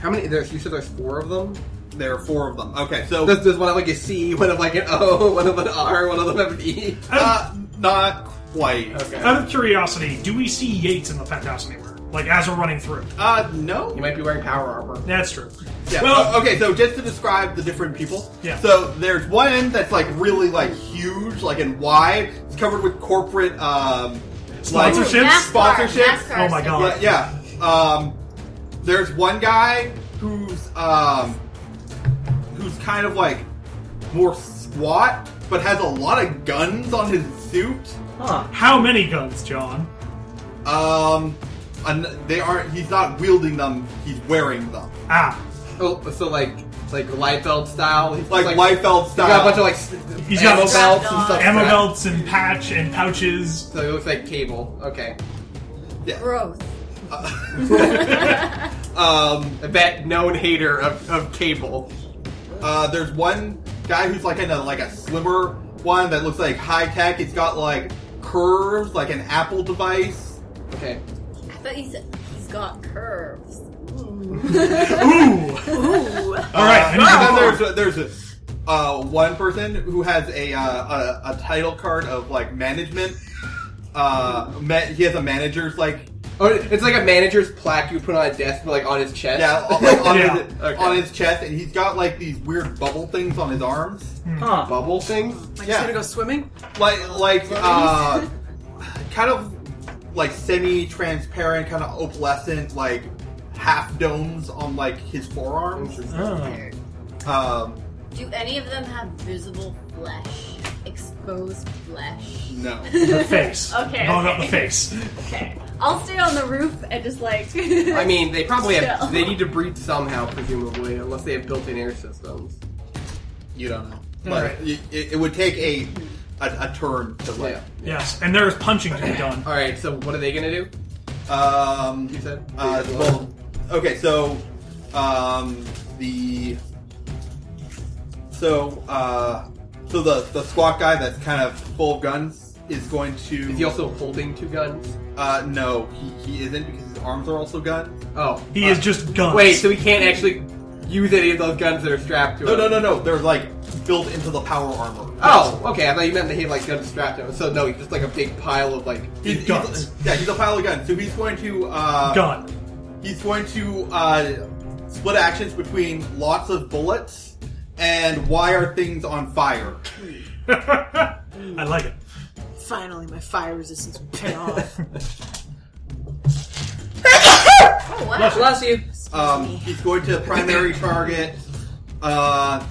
Speaker 2: How many? There's you said there's four of them.
Speaker 1: there are four of them. Okay, so
Speaker 2: There's, there's one of like a C, one of like an O, one of an R, one of them have an E.
Speaker 1: uh, not quite.
Speaker 2: Okay.
Speaker 3: Out of curiosity, do we see Yates in the penthouse anywhere? Like, as we're running through?
Speaker 1: Uh, no.
Speaker 2: You might be wearing power armor.
Speaker 3: That's true.
Speaker 1: Yeah. uh,
Speaker 3: Well- uh,
Speaker 1: Well, okay. So just to describe the different people.
Speaker 3: Yeah.
Speaker 1: So there's one end that's like really like huge, like and wide. It's covered with corporate um, like-
Speaker 3: Sponsorships?
Speaker 5: NASCAR,
Speaker 1: Sponsorship?
Speaker 5: NASCAR
Speaker 3: Oh my
Speaker 5: stuff.
Speaker 3: God.
Speaker 1: yeah. yeah. Um, there's one guy who's um, who's kind of like more squat, but has a lot of guns on his suit.
Speaker 7: Huh.
Speaker 3: How many guns, John?
Speaker 1: Um, and they aren't. He's not wielding them. He's wearing them,
Speaker 3: Ah.
Speaker 2: Oh, so like like Liefeld style. He's
Speaker 1: like, Liefeld style.
Speaker 2: He's got a bunch of like s-
Speaker 3: He's got
Speaker 2: ammo belts
Speaker 5: strapped
Speaker 2: and
Speaker 5: on.
Speaker 2: stuff.
Speaker 3: Ammo
Speaker 2: strapped.
Speaker 3: belts and patch and pouches.
Speaker 2: So it looks like cable. Okay.
Speaker 1: Yeah.
Speaker 5: Gross.
Speaker 2: Uh.
Speaker 1: Um.
Speaker 2: That known hater of, of cable.
Speaker 1: Uh, there's one guy who's like in a like a slimmer one that looks like high tech. It's got like curves, like an Apple device.
Speaker 2: Okay.
Speaker 5: I thought he said he's got curves.
Speaker 3: Ooh!
Speaker 6: Ooh.
Speaker 3: All right, I
Speaker 1: Uh,
Speaker 3: need
Speaker 1: and
Speaker 3: to-
Speaker 1: then there's there's uh, one person who has a, uh, a a title card of like management. Uh, ma- he has a manager's like
Speaker 2: Oh, it's like a manager's plaque you put on a desk, but like on his chest.
Speaker 1: yeah on- like, on,
Speaker 3: Yeah.
Speaker 1: His,
Speaker 2: Okay.
Speaker 1: on his chest, and he's got like these weird bubble things on his arms,
Speaker 7: Huh.
Speaker 2: bubble things.
Speaker 6: Like,
Speaker 1: Yeah.
Speaker 6: yeah. gonna go swimming?
Speaker 1: like like uh, kind of like semi-transparent, kind of opalescent, like half domes on like his forearms.
Speaker 2: Interesting.
Speaker 3: Oh.
Speaker 5: Weird.
Speaker 1: Um,
Speaker 5: Do any of them have visible flesh? Exposed flesh?
Speaker 1: No.
Speaker 3: The face.
Speaker 5: Okay,
Speaker 3: Bone up
Speaker 5: okay.
Speaker 3: the face.
Speaker 5: Okay. I'll stay on the roof and just like.
Speaker 2: I mean, they probably
Speaker 5: Still.
Speaker 2: have. They need to breathe somehow, presumably, unless they have built-in air systems.
Speaker 1: You don't know.
Speaker 3: All
Speaker 1: But
Speaker 3: right.
Speaker 1: y- it, it would take a, a a turn to like.
Speaker 2: Yeah.
Speaker 3: Yes, and there is punching to be done.
Speaker 2: All right. So what are they gonna do?
Speaker 1: Um,
Speaker 2: You said.
Speaker 1: uh, well, okay, so um, the so uh, so the the squat guy that's kind of full of guns is going to.
Speaker 2: Is he also holding two guns?
Speaker 1: Uh, no, he, he isn't because his arms are also guns.
Speaker 2: Oh.
Speaker 3: He is just guns.
Speaker 2: Wait. So he can't actually use any of those guns that are strapped to
Speaker 1: No,
Speaker 2: him.
Speaker 1: no, no, no. They're like built into the power armor.
Speaker 2: Oh, okay. I thought you meant that he had like guns strapped to him. So no, he's just like a big pile of like.
Speaker 3: He's
Speaker 1: He's-
Speaker 3: guns.
Speaker 1: yeah, he's a pile of guns. So he's going to uh,
Speaker 3: Gun.
Speaker 1: He's going to uh, split actions between lots of bullets and wire things on fire.
Speaker 3: I like it.
Speaker 6: Finally, my fire resistance will pay off.
Speaker 5: oh, wow.
Speaker 7: Much less you.
Speaker 1: Um, he's going to primary target. Uh,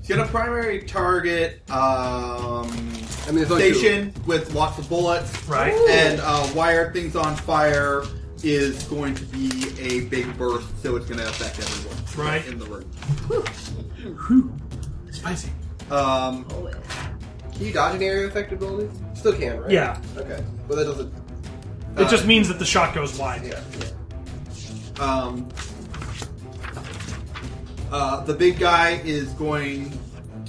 Speaker 1: he's going to primary target um,
Speaker 2: I mean, there's only two.
Speaker 1: station with lots of bullets
Speaker 3: Right.
Speaker 1: and uh, wire things on fire is going to be a big burst, so it's going to affect everyone
Speaker 3: Right.
Speaker 1: in the room.
Speaker 3: Spicy.
Speaker 1: Um,
Speaker 2: Can you dodge an area of effect ability? Still can, right?
Speaker 3: Yeah.
Speaker 2: Okay. Well, that doesn't.
Speaker 1: Uh,
Speaker 3: It just means that the shot goes wide.
Speaker 2: Yeah.
Speaker 1: Um, uh, the big guy is going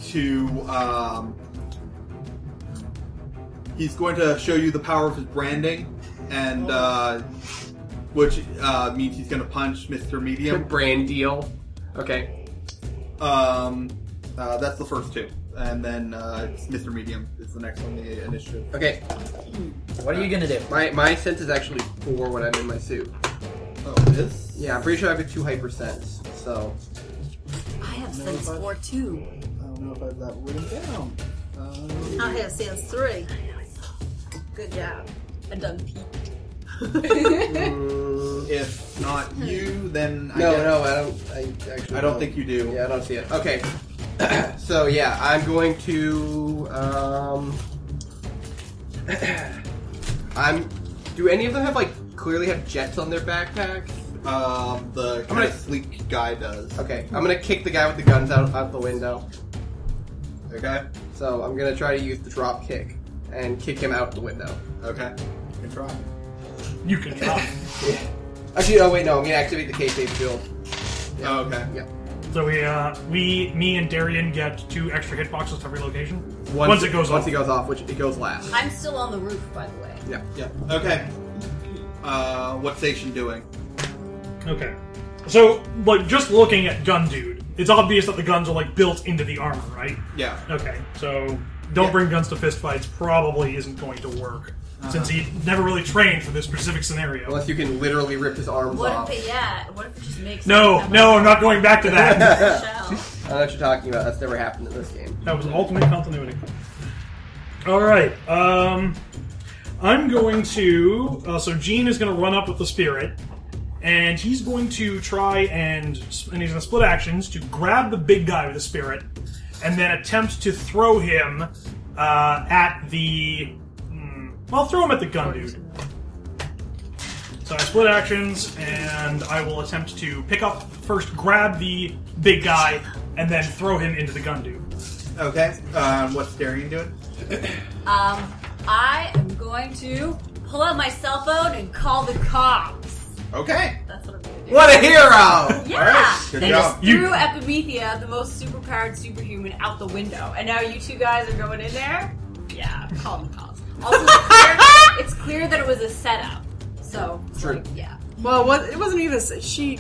Speaker 1: to. Um, he's going to show you the power of his branding, and uh, which uh, means he's going to punch Mr.
Speaker 2: yeah.
Speaker 1: Medium.
Speaker 2: Brand deal. Okay.
Speaker 1: Um, uh, that's the first two, and then uh, it's Mr. Medium is the next one, the initiative.
Speaker 2: Okay.
Speaker 7: What are you gonna do?
Speaker 2: My my sense is actually four when I'm in my suit.
Speaker 1: Oh, this.
Speaker 2: Yeah, I'm pretty sure I have a two hyper sense. So
Speaker 5: I have sense four too.
Speaker 1: I don't know if I have that written down. Um,
Speaker 6: I have sense three. Good job.
Speaker 5: A done peek.
Speaker 2: mm,
Speaker 1: if not you, then I
Speaker 2: no,
Speaker 1: guess-
Speaker 2: no, I don't. I actually.
Speaker 1: I don't think you do.
Speaker 2: Yeah, I don't see it. Okay. so yeah, I'm going to. Um, I'm. Do any of them have like clearly have jets on their backpack?
Speaker 1: Um, the
Speaker 2: I'm gonna-
Speaker 1: kind of sleek guy does.
Speaker 2: Okay, I'm gonna kick the guy with the guns out out the window.
Speaker 1: Okay.
Speaker 2: So I'm gonna try to use the drop kick and kick him out the window.
Speaker 1: Okay. Good try.
Speaker 3: You can try.
Speaker 2: Actually, no, wait, no. I'm gonna activate the K-Save shield.
Speaker 1: Oh, okay.
Speaker 2: Yeah.
Speaker 3: so we, uh, we, me, and Darian get two extra hitboxes to every location. Once, it goes
Speaker 2: once
Speaker 3: off.
Speaker 2: it goes off, which it goes last.
Speaker 5: I'm still on the roof, by the way.
Speaker 2: Yeah.
Speaker 1: Yeah. Okay. Uh, what station doing?
Speaker 3: Okay. So, like, just looking at Gun Dude, it's obvious that the guns are, like, built into the armor, right?
Speaker 1: Yeah.
Speaker 3: Okay, so don't bring guns to fistfights probably isn't going to work. Since he never really trained for this specific scenario.
Speaker 2: Unless you can literally rip his arms
Speaker 5: What
Speaker 2: off.
Speaker 5: if it, yeah, what if it just makes.
Speaker 3: No, no, I'm not going back to that.
Speaker 5: Shell.
Speaker 2: I know what you're talking about. That's never happened in this game.
Speaker 3: That was ultimate continuity. All right. Um, I'm going to. Uh, so Gene is going to run up with the spirit, and he's going to try and and he's going to split actions to grab the big guy with the spirit, and then attempt to throw him uh, at the. hmm, well, throw him at the gun dude. So I split actions, and I will attempt to pick up first, grab the big guy, and then throw him into the gun dude.
Speaker 1: Okay. Um, what's Darian doing?
Speaker 5: Um, I am going to pull out my cell phone and call the cops.
Speaker 1: Okay.
Speaker 5: That's what I'm going to do.
Speaker 2: What a hero!
Speaker 5: Yeah!
Speaker 1: All right. Good
Speaker 5: they
Speaker 1: job.
Speaker 5: just
Speaker 3: You-
Speaker 5: threw Epimethea, the most superpowered superhuman, out the window. And now you two guys are going in there? Yeah, call them cops. Also, it's clear, it's clear that it was a setup. So, it's
Speaker 2: True.
Speaker 5: like, yeah.
Speaker 6: Well, what, it wasn't even. s- She.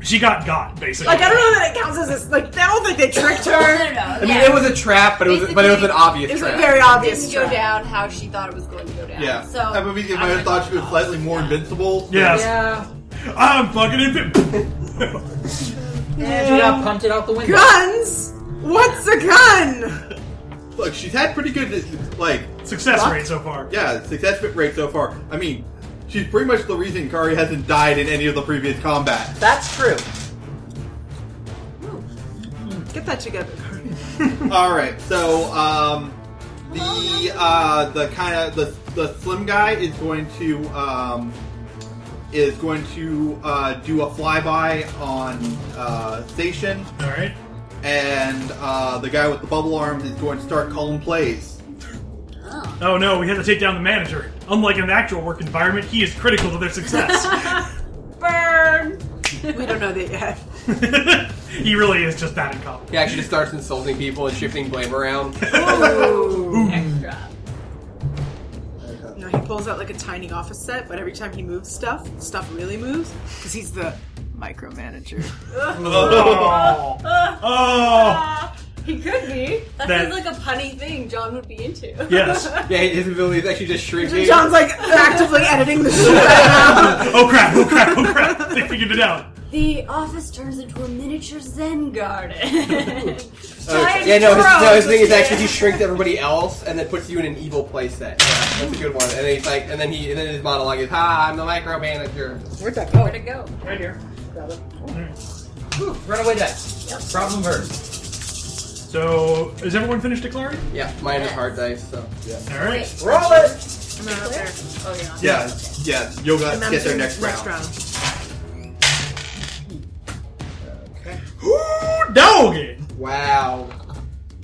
Speaker 3: She got got, basically.
Speaker 6: Like, I don't know that it counts as. this- Like, I don't think they tricked
Speaker 5: No, no,
Speaker 6: her.
Speaker 5: no.
Speaker 2: I mean, it was a trap, but it was but it was an
Speaker 5: Basically,
Speaker 2: obvious
Speaker 6: It's
Speaker 2: trap.
Speaker 6: a very
Speaker 5: It
Speaker 6: obvious
Speaker 5: didn't go
Speaker 6: trap.
Speaker 5: down how she thought it was going to go down.
Speaker 1: Yeah.
Speaker 5: So
Speaker 1: I mean, you might have
Speaker 5: I'm
Speaker 1: thought she was
Speaker 5: like,
Speaker 1: slightly
Speaker 5: oh,
Speaker 1: more
Speaker 5: yeah.
Speaker 1: invincible.
Speaker 3: Yes.
Speaker 6: Yeah.
Speaker 3: I'm fucking invincible.
Speaker 7: And she got punted out the window.
Speaker 6: Guns? What's a gun?
Speaker 1: Look, she's had pretty good like
Speaker 3: Success
Speaker 6: Fuck.
Speaker 3: rate so far.
Speaker 1: yeah success rate so far. I mean, she's pretty much the reason Kari hasn't died in any of the previous combat.
Speaker 7: That's true.
Speaker 6: Get that together, Carly.
Speaker 1: All right, so um, the uh, the kind of the, the slim guy is going to um, is going to uh, do a flyby on uh, station,
Speaker 3: All right.
Speaker 1: and uh, the guy with the bubble arms is going to start calling plays.
Speaker 3: Oh no, we had to take down the manager. Unlike an actual work environment, he is critical to their success.
Speaker 5: Burn!
Speaker 6: We don't know that yet.
Speaker 3: he really is just that incompetent.
Speaker 2: He actually starts insulting people and shifting blame around.
Speaker 7: Extra.
Speaker 6: No, he pulls out like a tiny office set, but every time he moves stuff, stuff really moves because he's the micromanager.
Speaker 3: Oh. Oh.
Speaker 2: Ah,
Speaker 5: He could be. That,
Speaker 3: That-
Speaker 5: seems like a punny thing John would be into.
Speaker 3: Yes.
Speaker 2: yeah, his ability is actually just shrinking.
Speaker 6: John's like actively editing the shit out of him.
Speaker 3: Oh crap, oh crap, oh crap. They figured it out.
Speaker 5: the office turns into a miniature Zen garden. Giant
Speaker 2: Uh, Yeah, no, his, no, his
Speaker 5: shrubs.
Speaker 2: thing is actually he shrinks everybody else and then puts you in an evil playset. Yeah, that's a good one. And then he's like, and then he, and then his monologue is, "Hi, I'm the micromanager."
Speaker 6: Where'd that
Speaker 5: Where to go?
Speaker 3: Right here.
Speaker 7: Whew, runaway dice. Problem verb.
Speaker 3: So, is everyone finished declaring?
Speaker 2: Yeah, mine is hard dice, so yeah.
Speaker 3: All right.
Speaker 5: Wait,
Speaker 7: Roll it.
Speaker 6: I'm not up there.
Speaker 5: oh, you're not.
Speaker 1: Yeah, yeah, you'll go- get their next, round.
Speaker 3: Ooh, doggy.
Speaker 2: Wow,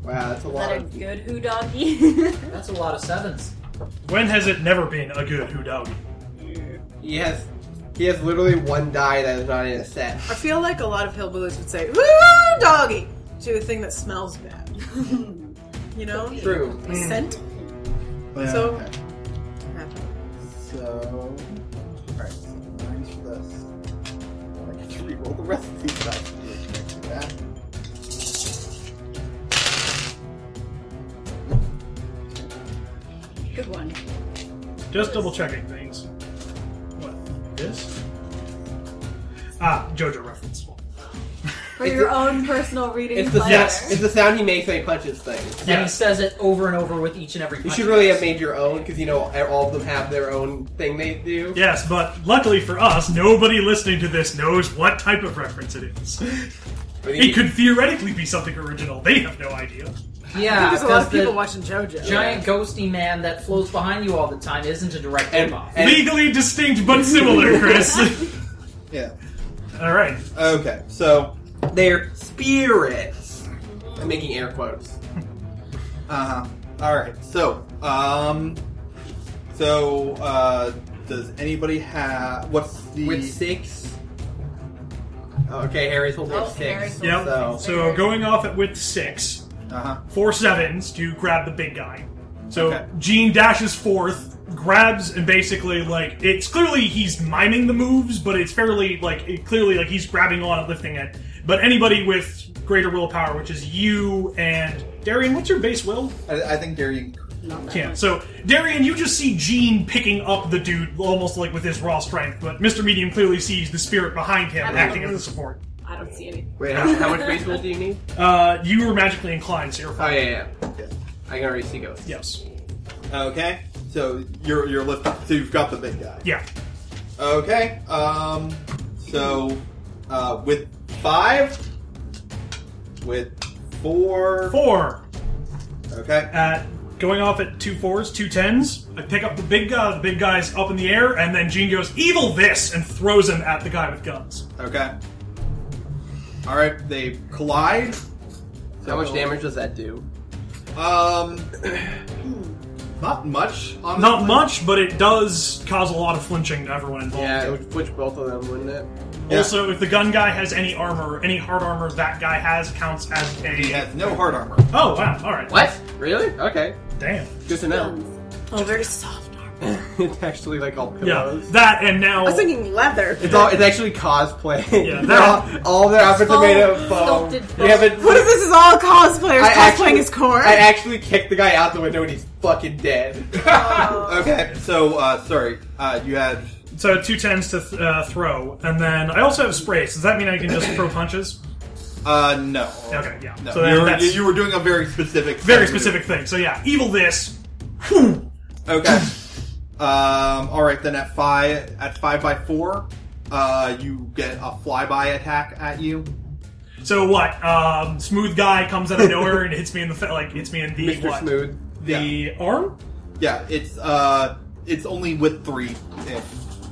Speaker 2: wow, that's a
Speaker 5: Is
Speaker 2: lot.
Speaker 5: that a
Speaker 2: Of,
Speaker 5: good who doggy?
Speaker 7: That's a lot of sevens.
Speaker 3: When has it never been a good who doggy?
Speaker 2: he has, he has literally one die that is not in a set.
Speaker 6: I feel like a lot of hillbillies would say, "Woo, doggy," to a thing that smells bad. you know,
Speaker 2: True.
Speaker 6: a scent.
Speaker 1: Yeah,
Speaker 6: So-
Speaker 1: okay. So, alright, so mine's for this. I get to reroll the rest of these dice. to do that.
Speaker 5: good one.
Speaker 3: Just double checking things. What? This? Ah, JoJo reference.
Speaker 5: For
Speaker 2: It's
Speaker 5: your
Speaker 2: the-
Speaker 5: own personal reading
Speaker 2: It's the
Speaker 5: pleasure.
Speaker 2: sound, it's the sound he makes when he punches things.
Speaker 7: And he says it over and over with each and every.
Speaker 2: You
Speaker 7: punch.
Speaker 2: should really have made your own because you know e, all of them have their own thing they do.
Speaker 3: Yes, but luckily for us, nobody listening to this knows what type of reference it is.
Speaker 2: But he-
Speaker 3: It could theoretically be something original. They have no idea.
Speaker 7: Yeah,
Speaker 6: There's a lot of
Speaker 7: because the
Speaker 6: people watching JoJo.
Speaker 7: giant ghosty man that flows behind you all the time isn't a direct
Speaker 2: And-
Speaker 7: ripoff.
Speaker 2: and-
Speaker 3: Legally distinct but similar, Chris.
Speaker 1: Yeah.
Speaker 3: All right.
Speaker 1: Okay, so
Speaker 2: their spirits. I'm making air quotes.
Speaker 1: Uh huh. All right. So, um, so uh, does anybody have what's the
Speaker 2: With six. Okay, Harry's holding
Speaker 5: Oh,
Speaker 2: up six.
Speaker 5: Harry's
Speaker 3: Yep.
Speaker 2: So,
Speaker 3: So going off at with six,
Speaker 1: Uh huh.
Speaker 3: four sevens to grab the big guy. So
Speaker 1: Okay.
Speaker 3: Gene dashes forth, grabs, and basically like it's clearly he's miming the moves, but it's fairly like it, clearly like he's grabbing on and lifting it. But anybody with greater willpower, which is you and Darian, what's your base will?
Speaker 1: I, I think Darian.
Speaker 3: Can't. So Darian, you just see Gene picking up the dude almost like with his raw strength, but Mr. Medium clearly sees the spirit behind him
Speaker 5: I don't
Speaker 3: acting
Speaker 5: know.
Speaker 3: as the support.
Speaker 5: I don't see any.
Speaker 2: wait, how, how much baseball do you need?
Speaker 3: Uh, you are magically inclined, so you're
Speaker 2: Oh
Speaker 3: fine.
Speaker 2: yeah, yeah. yeah. I can already see ghosts.
Speaker 3: Yes.
Speaker 1: Okay. So you're you're lifting. So you've got the big guy.
Speaker 3: Yeah.
Speaker 1: Okay. Um. So, uh, with five, with four.
Speaker 3: Four.
Speaker 1: Okay.
Speaker 3: at going off at two fours, two tens. I pick up the big guy. The big guy's up in the air, and then Gene goes evil this and throws him at the guy with guns.
Speaker 1: Okay. All right. They collide.
Speaker 2: How much damage does that do?
Speaker 1: Um. hmm, Not much. Honestly.
Speaker 3: Not much, but it does cause a lot of flinching to everyone involved.
Speaker 2: Yeah, it would push both of them, wouldn't it?
Speaker 1: Yeah.
Speaker 3: Also, if the gun guy has any armor, any hard armor that guy has counts as a.
Speaker 1: He has no hard armor.
Speaker 3: Oh wow! All right.
Speaker 2: What? Really? Okay.
Speaker 3: Damn.
Speaker 2: Good to know.
Speaker 6: oh, very soft armor.
Speaker 2: it's actually like all
Speaker 3: Yeah,
Speaker 2: pillows.
Speaker 3: that and now.
Speaker 6: I
Speaker 2: Oh.
Speaker 6: was thinking leather.
Speaker 2: It's all. It's actually cosplay.
Speaker 3: Yeah, that-
Speaker 2: all, all their outfits are made of foam.
Speaker 5: Sculpted
Speaker 2: We haven't.
Speaker 6: What if this is all cosplayers
Speaker 2: I
Speaker 6: cosplaying
Speaker 2: actually-
Speaker 6: his core?
Speaker 2: I actually kicked the guy out the window and he's fucking dead.
Speaker 1: Okay, so uh, sorry, uh, you had
Speaker 3: so two tens to th- uh, throw, and then I also have sprays. Does that mean I can just throw punches?
Speaker 1: uh, no.
Speaker 3: Okay, yeah.
Speaker 1: No,
Speaker 3: So then
Speaker 1: you, were,
Speaker 3: that's-
Speaker 1: you were doing a very specific,
Speaker 3: Very
Speaker 1: thing.
Speaker 3: specific thing. So yeah, evil this.
Speaker 1: Okay. um. All right. Then at five, at five by four, uh, you get a flyby attack at you.
Speaker 3: So what? Um, smooth guy comes out of nowhere and hits me in the fa- like hits me in the
Speaker 2: Mr.
Speaker 3: what?
Speaker 2: Smooth.
Speaker 3: The arm?
Speaker 1: Yeah, it's uh, it's only with three if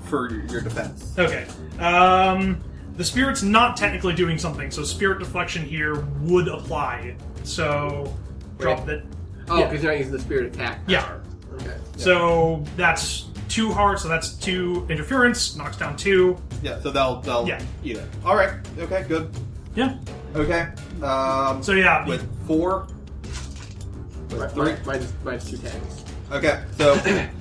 Speaker 1: for your defense.
Speaker 3: Okay. Um, the spirit's not technically doing something, so spirit deflection here would apply. So drop that.
Speaker 2: Oh,
Speaker 3: Yeah.
Speaker 2: because you're not using the spirit attack.
Speaker 3: Yeah.
Speaker 2: power. Okay.
Speaker 3: So that's two hard. So that's two interference. Knocks down two.
Speaker 1: Yeah, so they'll they'll
Speaker 3: Yeah.
Speaker 1: eat it. All right. Okay. Good.
Speaker 3: Yeah.
Speaker 1: Okay. Um,
Speaker 3: So yeah.
Speaker 1: with four.
Speaker 2: Right,
Speaker 1: With three.
Speaker 2: mine- Mine's, mine's two tags.
Speaker 1: Okay. So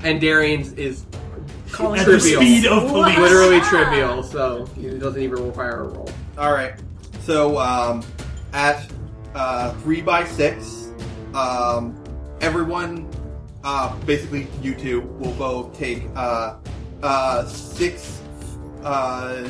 Speaker 2: And Darian's is
Speaker 3: at the
Speaker 2: trivial.
Speaker 3: speed of
Speaker 5: Wow.
Speaker 3: police.
Speaker 2: literally
Speaker 5: Ah.
Speaker 2: trivial, so it doesn't even require a roll.
Speaker 1: all right. So um, at uh, three by six, um, everyone, uh, basically you two will both take uh, uh, six. Uh,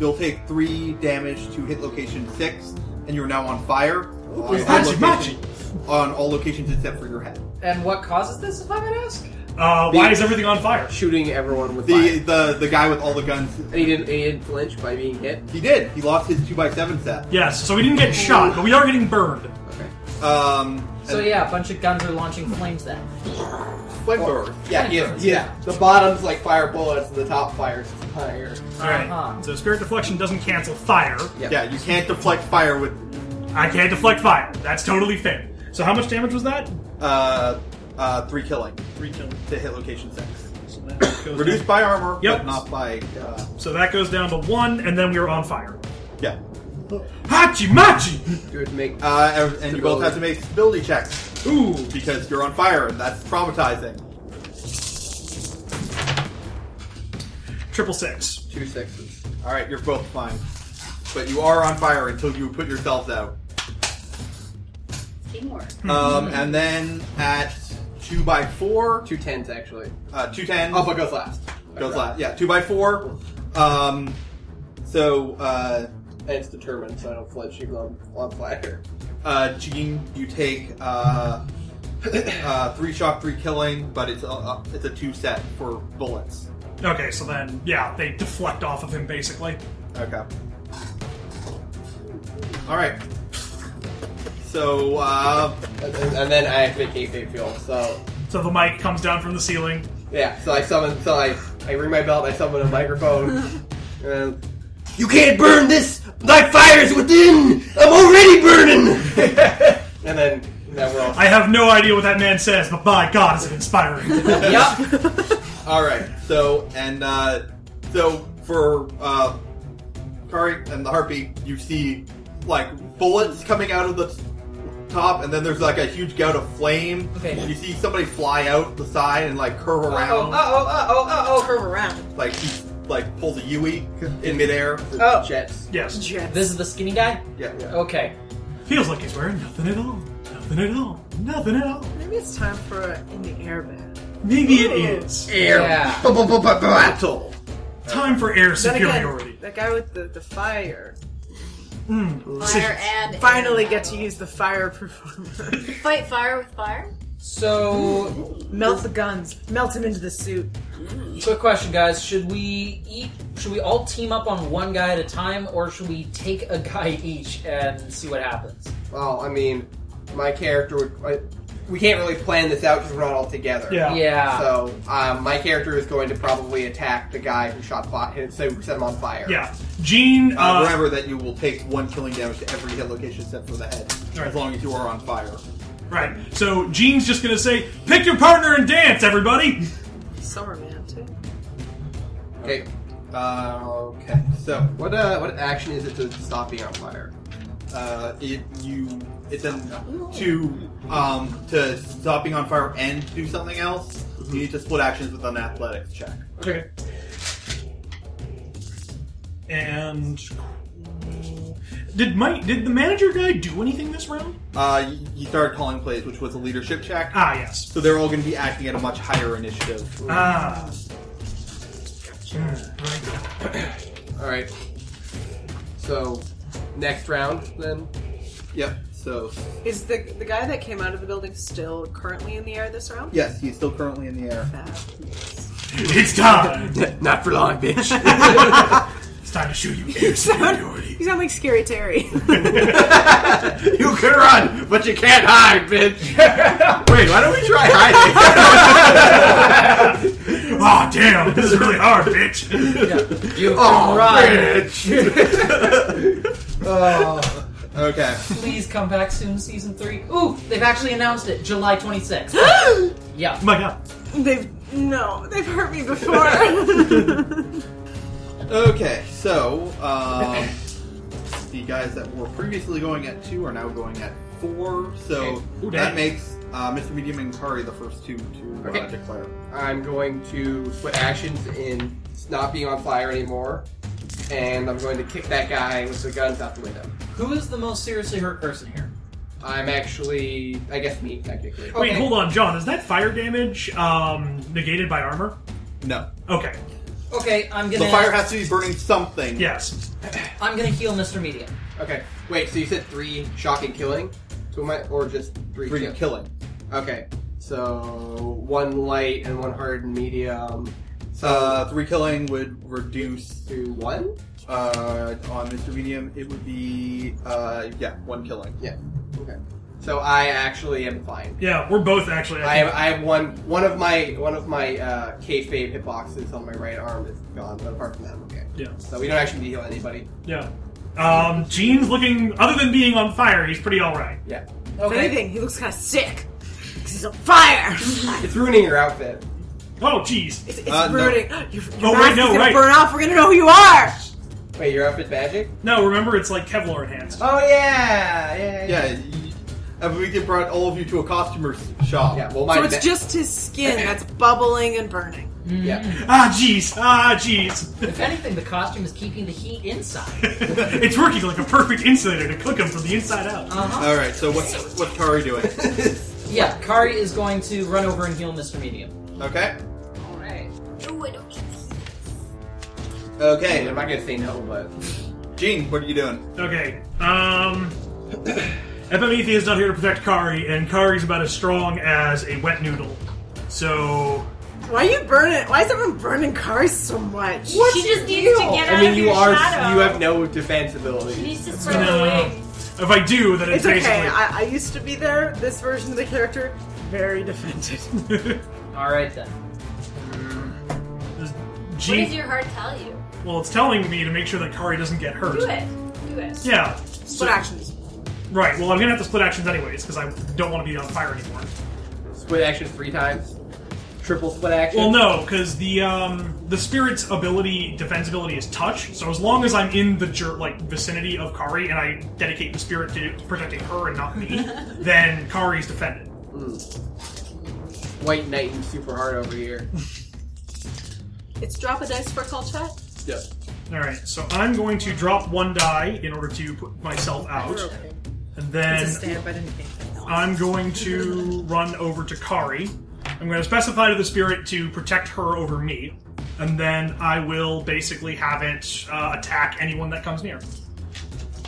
Speaker 1: you'll take three damage to hit location six, and you're now on fire. On all,
Speaker 7: Machi, machi.
Speaker 1: locations, on all locations except for your head.
Speaker 7: And what causes this, if I might ask?
Speaker 3: Uh, why is everything on fire?
Speaker 2: Shooting everyone with
Speaker 1: The
Speaker 2: the.
Speaker 1: the the guy with all the guns.
Speaker 2: And he didn't, he didn't flinch by being hit.
Speaker 1: He did. He lost his two x seven set.
Speaker 3: Yes. So we didn't get shot, but we are getting burned.
Speaker 2: Okay.
Speaker 1: Um.
Speaker 7: So
Speaker 1: and-
Speaker 7: yeah, a bunch of guns are launching flames then.
Speaker 1: Flamethrower. Yeah. He is.
Speaker 2: Yeah, the bottom's like fire bullets and the top fires fire.
Speaker 3: All right.
Speaker 7: Uh-huh.
Speaker 3: So spirit deflection doesn't cancel fire.
Speaker 2: Yeah.
Speaker 1: Yeah. You can't deflect fire with
Speaker 3: I can't deflect fire. That's totally fair. So how much damage was that?
Speaker 1: uh uh three killing
Speaker 3: Three kills.
Speaker 1: to hit location six.
Speaker 3: So that goes
Speaker 1: Reduced by armor,
Speaker 3: Yep.
Speaker 1: but not by. Uh,
Speaker 3: So that goes down to one, and then we are on fire.
Speaker 1: yeah.
Speaker 3: Hachi machi!
Speaker 2: You would make
Speaker 1: Uh, and- and you both have to make stability checks
Speaker 3: Ooh,
Speaker 1: because you're on fire and that's traumatizing.
Speaker 3: triple six.
Speaker 2: two sixes.
Speaker 1: All right, you're both fine, but you are on fire until you put yourselves out.
Speaker 5: Teamwork.
Speaker 1: Um, and then at two by four,
Speaker 2: Two tens actually.
Speaker 1: uh, two ten.
Speaker 2: Alpha goes last.
Speaker 1: goes last. Yeah, two by four. Um, so uh,
Speaker 2: And it's determined, so I don't flinch. You go on, on fire.
Speaker 1: uh, Gene, you take uh, uh, three shock, three killing, but it's a, a, it's a two set for bullets.
Speaker 3: Okay, so then, yeah, they deflect off of him basically.
Speaker 1: Okay. All right. So uh,
Speaker 2: And, and- and then I activate K fuel. So
Speaker 3: So the mic comes down from the ceiling.
Speaker 2: yeah, so I summon. So I I ring my belt. I summon a microphone. and you can't burn this. Thy fire's within. I'm already burning. and then now we're all.
Speaker 3: I have no idea what that man says, but by God, is it inspiring.
Speaker 2: Yup.
Speaker 1: all right. So and uh, so for uh, Kari and the harpy, you see like bullets coming out of the top, and then there's like a huge gout of flame.
Speaker 7: Okay. Oh,
Speaker 1: You see somebody fly out the side and like curve
Speaker 6: Oh,
Speaker 1: around.
Speaker 7: Uh-oh, uh-oh, uh-oh, uh-oh.
Speaker 6: Curve around.
Speaker 1: like he like pulls a Yui E in midair.
Speaker 7: Oh.
Speaker 2: Jets.
Speaker 3: yes.
Speaker 6: Jets.
Speaker 7: This is the skinny guy?
Speaker 1: Yeah.
Speaker 7: Okay.
Speaker 3: Feels like he's wearing nothing at all. Nothing at all. Nothing at all.
Speaker 6: Maybe it's time for a in the air band.
Speaker 3: Maybe it is.
Speaker 7: Yeah.
Speaker 2: Battle.
Speaker 3: Time for air
Speaker 6: Then
Speaker 3: superiority. Hmm.
Speaker 6: again, that guy with the, the fire
Speaker 5: Fire and
Speaker 6: finally get to use the fire performer.
Speaker 5: fight fire with fire.
Speaker 7: So
Speaker 6: melt the guns. Melt him into the suit.
Speaker 7: Quick question, guys. Should we eat? Should we all team up on one guy at a time, or should we take a guy each and see what happens?
Speaker 2: Well, I mean, my character would. I, we can't really plan this out because we're not all together.
Speaker 3: Yeah.
Speaker 7: Yeah.
Speaker 2: So um, my character is going to probably attack the guy who shot fire, so set him on fire.
Speaker 3: Yeah. Gene,
Speaker 1: Uh,
Speaker 3: uh,
Speaker 1: remember that you will take one killing damage to every hit location except for the head,
Speaker 3: Right.
Speaker 1: as long as you are on fire.
Speaker 3: right. So Gene's just gonna say, pick your partner and dance, everybody!
Speaker 6: So romantic.
Speaker 2: Okay.
Speaker 1: Uh, okay, so
Speaker 2: What uh, what action is it to stop being on fire?
Speaker 1: uh, it you it's an to um to stopping on fire and do something else. You need to split actions with an athletics check.
Speaker 3: Okay. And did my did the manager guy do anything this round?
Speaker 1: Uh, you, you started calling plays, which was a leadership check.
Speaker 3: Ah, yes.
Speaker 1: So they're all going to be acting at a much higher initiative.
Speaker 3: Ah. Mm, right.
Speaker 2: All right. So next round then.
Speaker 1: Yep. So
Speaker 6: Is the the guy that came out of the building still currently in the air this round?
Speaker 1: yes, he's still currently in the air.
Speaker 6: Fabulous.
Speaker 3: It's time.
Speaker 2: Not for long, bitch.
Speaker 3: It's time to show you air
Speaker 6: sound-
Speaker 3: superiority.
Speaker 6: You sound like Scary Terry.
Speaker 1: You can run, but you can't hide, bitch. Wait, why don't we try hiding?
Speaker 3: Aw, Ah, damn, this is really hard, bitch.
Speaker 7: You
Speaker 1: oh,
Speaker 7: right.
Speaker 1: bitch. okay.
Speaker 7: Please come back soon, season three. Ooh, they've actually announced it, July 26th. yeah.
Speaker 3: My God,
Speaker 6: they've no, they've hurt me before.
Speaker 1: Okay, so um, the guys that were previously going at two are now going at four. So
Speaker 7: Okay.
Speaker 3: Ooh,
Speaker 1: that
Speaker 3: dang.
Speaker 1: makes uh, Mr. Medium and Kari the first two to uh,
Speaker 2: Okay.
Speaker 1: declare.
Speaker 2: I'm going to put actions in not being on fire anymore, and I'm going to kick that guy with the guns out the window.
Speaker 7: Who is the most seriously hurt person here?
Speaker 2: I'm actually, I guess, me technically.
Speaker 3: wait, hold on, John. Is that fire damage um, negated by armor?
Speaker 1: No,
Speaker 3: Okay,
Speaker 7: Okay, I'm
Speaker 1: the
Speaker 7: gonna
Speaker 1: fire has to be burning something.
Speaker 3: yes.
Speaker 7: I'm gonna heal Mr. Medium.
Speaker 2: Okay. Wait. So you said three shocking killing, so am I, or just three?
Speaker 1: three
Speaker 2: kill-
Speaker 1: killing.
Speaker 2: Okay. So one light and one hard and medium. So
Speaker 1: Uh, three killing would reduce
Speaker 2: to one.
Speaker 1: uh, on Mr. Medium. It would be uh, yeah, one killing.
Speaker 2: Yeah. Okay. So I actually am fine.
Speaker 3: Yeah, we're both actually.
Speaker 2: I
Speaker 3: I
Speaker 2: have,
Speaker 3: think,
Speaker 2: I have one one of my one of my uh, kayfabe hitboxes on my right arm is gone, but apart from that, I'm okay.
Speaker 3: yeah,
Speaker 2: So we don't actually need to heal anybody.
Speaker 3: yeah. Um, Gene's looking. Other than being on fire, he's pretty all right.
Speaker 2: Yeah.
Speaker 6: If anything, he looks kind of sick. 'Cause He's on fire.
Speaker 2: It's ruining your outfit.
Speaker 3: Oh, jeez.
Speaker 6: It's, it's
Speaker 1: Uh, no.
Speaker 6: burning. Your, your
Speaker 3: Oh, wait,
Speaker 6: mask
Speaker 3: no,
Speaker 6: is gonna
Speaker 3: right.
Speaker 6: burn off. We're gonna know who you are.
Speaker 2: Wait, your outfit's magic?
Speaker 3: No, remember it's like Kevlar enhanced.
Speaker 2: Oh yeah, yeah, yeah.
Speaker 1: Yeah, y- and we could brought all of you to a costumer's shop.
Speaker 2: Yeah, well, my
Speaker 6: So it's
Speaker 2: ma-
Speaker 6: just his skin that's bubbling and burning.
Speaker 2: yeah.
Speaker 3: Ah, jeez. Ah, jeez.
Speaker 7: Mm-hmm. If anything, the costume is keeping the heat inside.
Speaker 3: it's working like a perfect insulator to cook him from the inside out.
Speaker 7: Uh-huh.
Speaker 1: All right. So what's what's Kari doing?
Speaker 7: Yeah, Kari is going to run over and heal Mr. Medium.
Speaker 1: okay.
Speaker 7: Alright.
Speaker 5: No, I don't get the
Speaker 2: Hey,
Speaker 1: Okay.
Speaker 2: I'm not gonna say no, but
Speaker 1: Gene, what are you doing?
Speaker 3: Okay. Um. Epimetheus is not here to protect Kari, and Kari's about as strong as a wet noodle. So
Speaker 6: Why you burning? Why is everyone burning cars so much?
Speaker 5: heat. She just needs to get out
Speaker 2: I mean,
Speaker 5: of
Speaker 2: you
Speaker 5: your
Speaker 2: are
Speaker 5: shadow.
Speaker 2: you have no
Speaker 5: She
Speaker 2: defensibility.
Speaker 5: needs to spread
Speaker 3: No.
Speaker 5: her wings.
Speaker 3: if I do, then
Speaker 6: It's
Speaker 3: it's,
Speaker 6: okay.
Speaker 3: basically
Speaker 6: I, I used to be there. This version of the character, very defended.
Speaker 7: Alright then.
Speaker 5: What
Speaker 3: Gene.
Speaker 5: does your heart tell you?
Speaker 3: well, it's telling me to make sure that Kari doesn't get hurt.
Speaker 5: Do it. Do it.
Speaker 3: Yeah.
Speaker 6: Split actions.
Speaker 3: Right. Well, I'm gonna have to split actions anyways because I don't want to be on fire anymore.
Speaker 2: Split action three times. Triple split action.
Speaker 3: Well, no, because the um, the spirit's ability defense ability is touch. So as long as I'm in the jer- like vicinity of Kari and I dedicate the spirit to protecting her and not me, then Kari's defended.
Speaker 2: White knight and super hard over here.
Speaker 6: It's drop a dice for culture.
Speaker 2: yep.
Speaker 3: All right. So I'm going to drop one die in order to put myself out, and then
Speaker 6: I didn't think.
Speaker 3: I'm going to run over to Kari. I'm going to specify to the spirit to protect her over me, and then I will basically have it uh, attack anyone that comes near.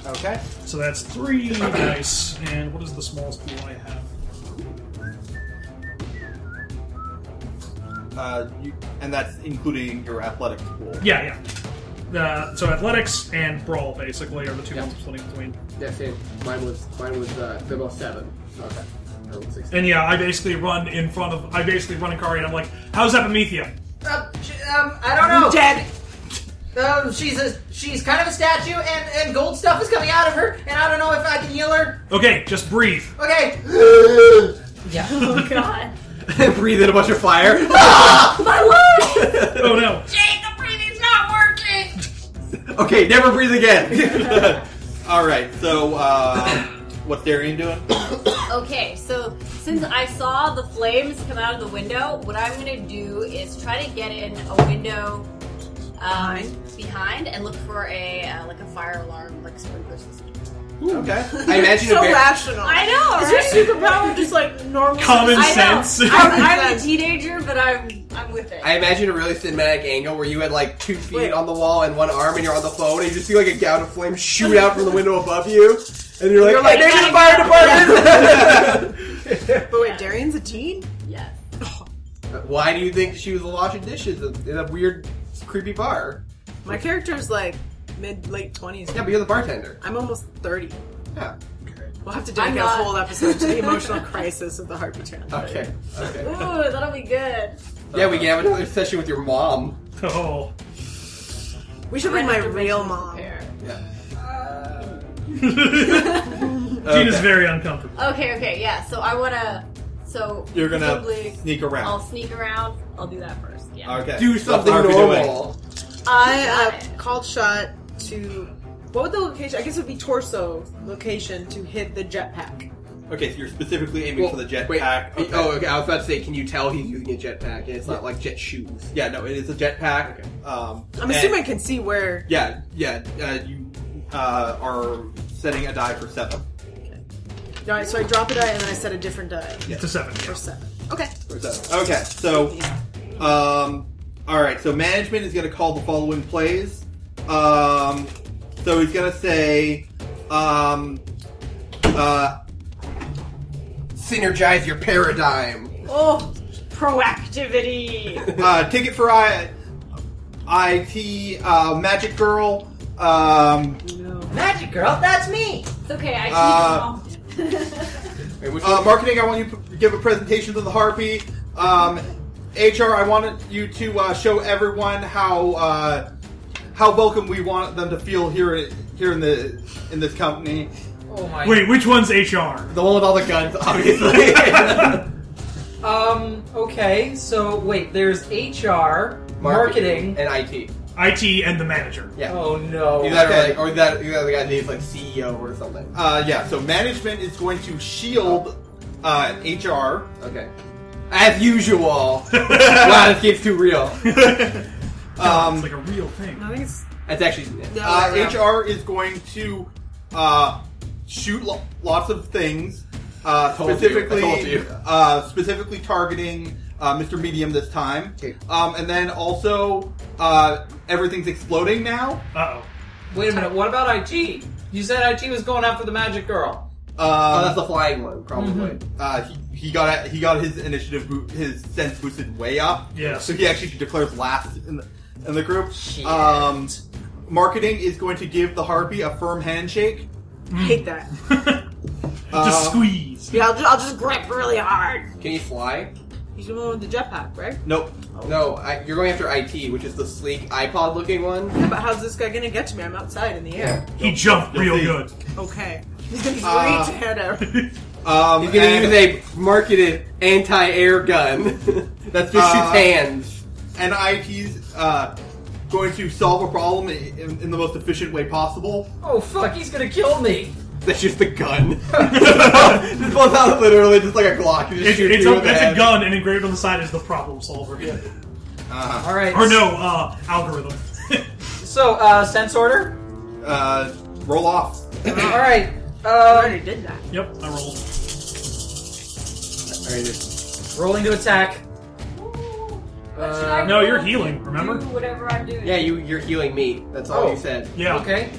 Speaker 1: Okay.
Speaker 3: So that's three dice, and what is the smallest pool I have?
Speaker 1: Uh, you, and that's including your athletic pool.
Speaker 3: Yeah, yeah. Uh, so athletics and brawl basically are the two ones splitting between.
Speaker 2: Yeah, same. Mine was mine was uh, they both seven. Okay. I rolled six.
Speaker 3: And yeah, I basically run in front of. I basically run in Kari, and I'm like, "How's Epimethea?"
Speaker 7: Uh, sh- um, I don't know.
Speaker 6: Dead.
Speaker 7: Um, she's a she's kind of a statue, and and gold stuff is coming out of her, and I don't know if I can heal her.
Speaker 3: Okay, just breathe.
Speaker 7: Okay. yeah.
Speaker 5: Oh god.
Speaker 2: Breathe in a bunch of fire.
Speaker 3: Oh no.
Speaker 5: Jake, the breathing's not working!
Speaker 1: Okay, never breathe again. All right. So uh, what's Darian doing?
Speaker 5: Okay, so since I saw the flames come out of the window, what I'm gonna do is try to get in a window um, behind. and look for a uh, like a fire alarm, like sprinkler system.
Speaker 1: okay.
Speaker 2: I imagine
Speaker 6: so
Speaker 2: a bear.
Speaker 6: rational.
Speaker 5: I know,
Speaker 6: Is
Speaker 5: right?
Speaker 6: your superpower just like normal?
Speaker 3: Common
Speaker 5: I know.
Speaker 3: sense.
Speaker 5: I'm, I'm a teenager, but I'm I'm with it.
Speaker 2: I imagine a really cinematic angle where you had like two feet
Speaker 6: Wait.
Speaker 2: on the wall and one arm, and you're on the phone, and you just see like a gout of flame shoot out from the window above you, and you're like,
Speaker 6: You're like,
Speaker 2: "I need the
Speaker 6: "Hey."
Speaker 2: fire department."
Speaker 6: But wait, Darian's a teen.
Speaker 5: yes.
Speaker 2: Why do you think she was washing dishes in a weird, creepy bar?
Speaker 6: My character's like mid late twenties.
Speaker 2: Yeah, but you're the bartender.
Speaker 6: I'm almost thirty.
Speaker 2: Yeah.
Speaker 6: We'll have to
Speaker 5: I'm
Speaker 6: dedicate a
Speaker 5: not.
Speaker 6: whole episode to the emotional crisis of the heart betrayal.
Speaker 2: Okay. Okay.
Speaker 5: Ooh, that'll be good.
Speaker 2: Yeah, we can have another session with your mom.
Speaker 3: Oh.
Speaker 6: We should
Speaker 5: I
Speaker 6: bring my
Speaker 5: have to
Speaker 6: real
Speaker 5: mention
Speaker 6: mom.
Speaker 5: this to
Speaker 2: Yeah.
Speaker 3: Gina's
Speaker 1: Okay.
Speaker 3: very uncomfortable.
Speaker 5: Pear. Okay, okay, yeah. So I wanna. So
Speaker 1: You're gonna
Speaker 5: probably
Speaker 1: sneak around.
Speaker 5: I'll sneak around. I'll do that first. Yeah.
Speaker 1: Okay.
Speaker 2: Do something
Speaker 1: What are we doing?
Speaker 2: normal.
Speaker 6: I
Speaker 5: Got
Speaker 6: uh, called shot to what would the location? I guess it would be torso location to hit the jetpack.
Speaker 1: Okay, so you're specifically aiming for the
Speaker 2: Wait,
Speaker 1: jetpack. Okay.
Speaker 2: Oh, okay. I was about to say, can you tell he's using a jetpack? It's not like jet shoes.
Speaker 1: Yeah, no, it is a jetpack. Um,
Speaker 6: I'm
Speaker 1: and-
Speaker 6: assuming I can see where.
Speaker 1: Yeah, yeah. Uh, you uh, are setting a die for seven.
Speaker 6: All right, so I drop a die and then I set a different die
Speaker 3: It's a seven.
Speaker 6: for seven. Okay.
Speaker 1: Or seven. Okay, so, um, all right. So management is going to call the following plays. Um, so he's going to say, um, uh,
Speaker 2: Synergize your paradigm.
Speaker 6: Oh, proactivity.
Speaker 1: uh, ticket for I, IT, uh, magic girl. Um,
Speaker 7: Magic girl, that's me.
Speaker 5: It's okay. I
Speaker 1: Uh,
Speaker 5: just need to calm.
Speaker 2: Wait, which
Speaker 1: Uh,
Speaker 2: one-
Speaker 1: marketing, I want you to p- give a presentation to the Harpy. Um, HR, I want you to uh, show everyone how uh, how welcome we want them to feel here here in the in this company.
Speaker 7: Oh my.
Speaker 3: Wait, which one's HR?
Speaker 2: The one with all the guns, obviously.
Speaker 7: Um. Okay. So wait, there's HR, marketing.
Speaker 2: and IT.
Speaker 3: IT and the manager.
Speaker 2: Yeah.
Speaker 7: Oh no.
Speaker 1: You
Speaker 2: Either that
Speaker 1: Okay.
Speaker 2: or, like, or that either the guy named like CEO or something.
Speaker 1: Uh, yeah, so management is going to shield uh, HR.
Speaker 2: Okay. As usual. wow, this game's too real.
Speaker 3: It's
Speaker 1: um,
Speaker 3: like a real thing.
Speaker 6: I think it's
Speaker 2: That's actually
Speaker 6: no.
Speaker 1: uh,
Speaker 6: yeah.
Speaker 1: HR is going to uh, shoot lo- lots of things, uh,
Speaker 2: Told you. I
Speaker 1: specifically
Speaker 2: told you.
Speaker 1: Uh, specifically targeting uh, Mr. Medium this time.
Speaker 2: Okay.
Speaker 1: Um, and then also uh, everything's exploding now.
Speaker 3: Uh oh.
Speaker 7: Wait a minute. What about IT? You said IT was going after the magic girl.
Speaker 2: Oh, that's
Speaker 1: Um,
Speaker 2: the flying one, probably.
Speaker 1: uh, he, he got he got his initiative boo- his sense boosted way up.
Speaker 3: Yes.
Speaker 1: So he actually declares last in the, in the group. Um, marketing is going to give the harpy a firm handshake.
Speaker 6: I hate that.
Speaker 1: Uh,
Speaker 3: Just squeeze.
Speaker 6: Yeah, I'll just, I'll just grip really hard.
Speaker 2: Can you fly?
Speaker 6: He's the one with the jetpack, right?
Speaker 1: Nope.
Speaker 2: No, I, you're going after IT, which is the sleek iPod-looking one.
Speaker 6: Yeah, but how's this guy gonna get to me? I'm outside in the air.
Speaker 3: He jumped
Speaker 1: You'll
Speaker 3: real
Speaker 1: see.
Speaker 3: good.
Speaker 6: Okay. He's gonna just
Speaker 1: Uh,
Speaker 6: reach head out.
Speaker 1: Um,
Speaker 2: He's gonna
Speaker 1: and-
Speaker 2: use a marketed anti-air gun that just shoots
Speaker 1: Uh,
Speaker 2: hands.
Speaker 1: and IT's uh, going to solve a problem in, in, in the most efficient way possible.
Speaker 7: Oh fuck! He's gonna kill me.
Speaker 2: That's just the gun. this one's out literally just like a Glock. You just
Speaker 3: It's,
Speaker 2: shoot
Speaker 3: it's,
Speaker 2: through
Speaker 3: a,
Speaker 2: the
Speaker 3: it's a
Speaker 2: head.
Speaker 3: gun, and engraved on the side is the problem solver.
Speaker 1: Uh-huh.
Speaker 7: All right.
Speaker 3: Or no, uh, algorithm.
Speaker 7: So uh, sense order.
Speaker 1: Uh, roll off.
Speaker 7: All right.
Speaker 6: I
Speaker 7: Uh,
Speaker 6: already did that.
Speaker 3: yep, I rolled.
Speaker 2: All right, just-
Speaker 7: rolling to attack.
Speaker 5: But should I
Speaker 3: No, you're
Speaker 5: roll
Speaker 3: healing,
Speaker 5: to
Speaker 3: remember?
Speaker 5: Do whatever I'm doing.
Speaker 2: Yeah, you you're healing me. That's all
Speaker 7: Oh.
Speaker 2: you said.
Speaker 3: Yeah.
Speaker 7: Okay.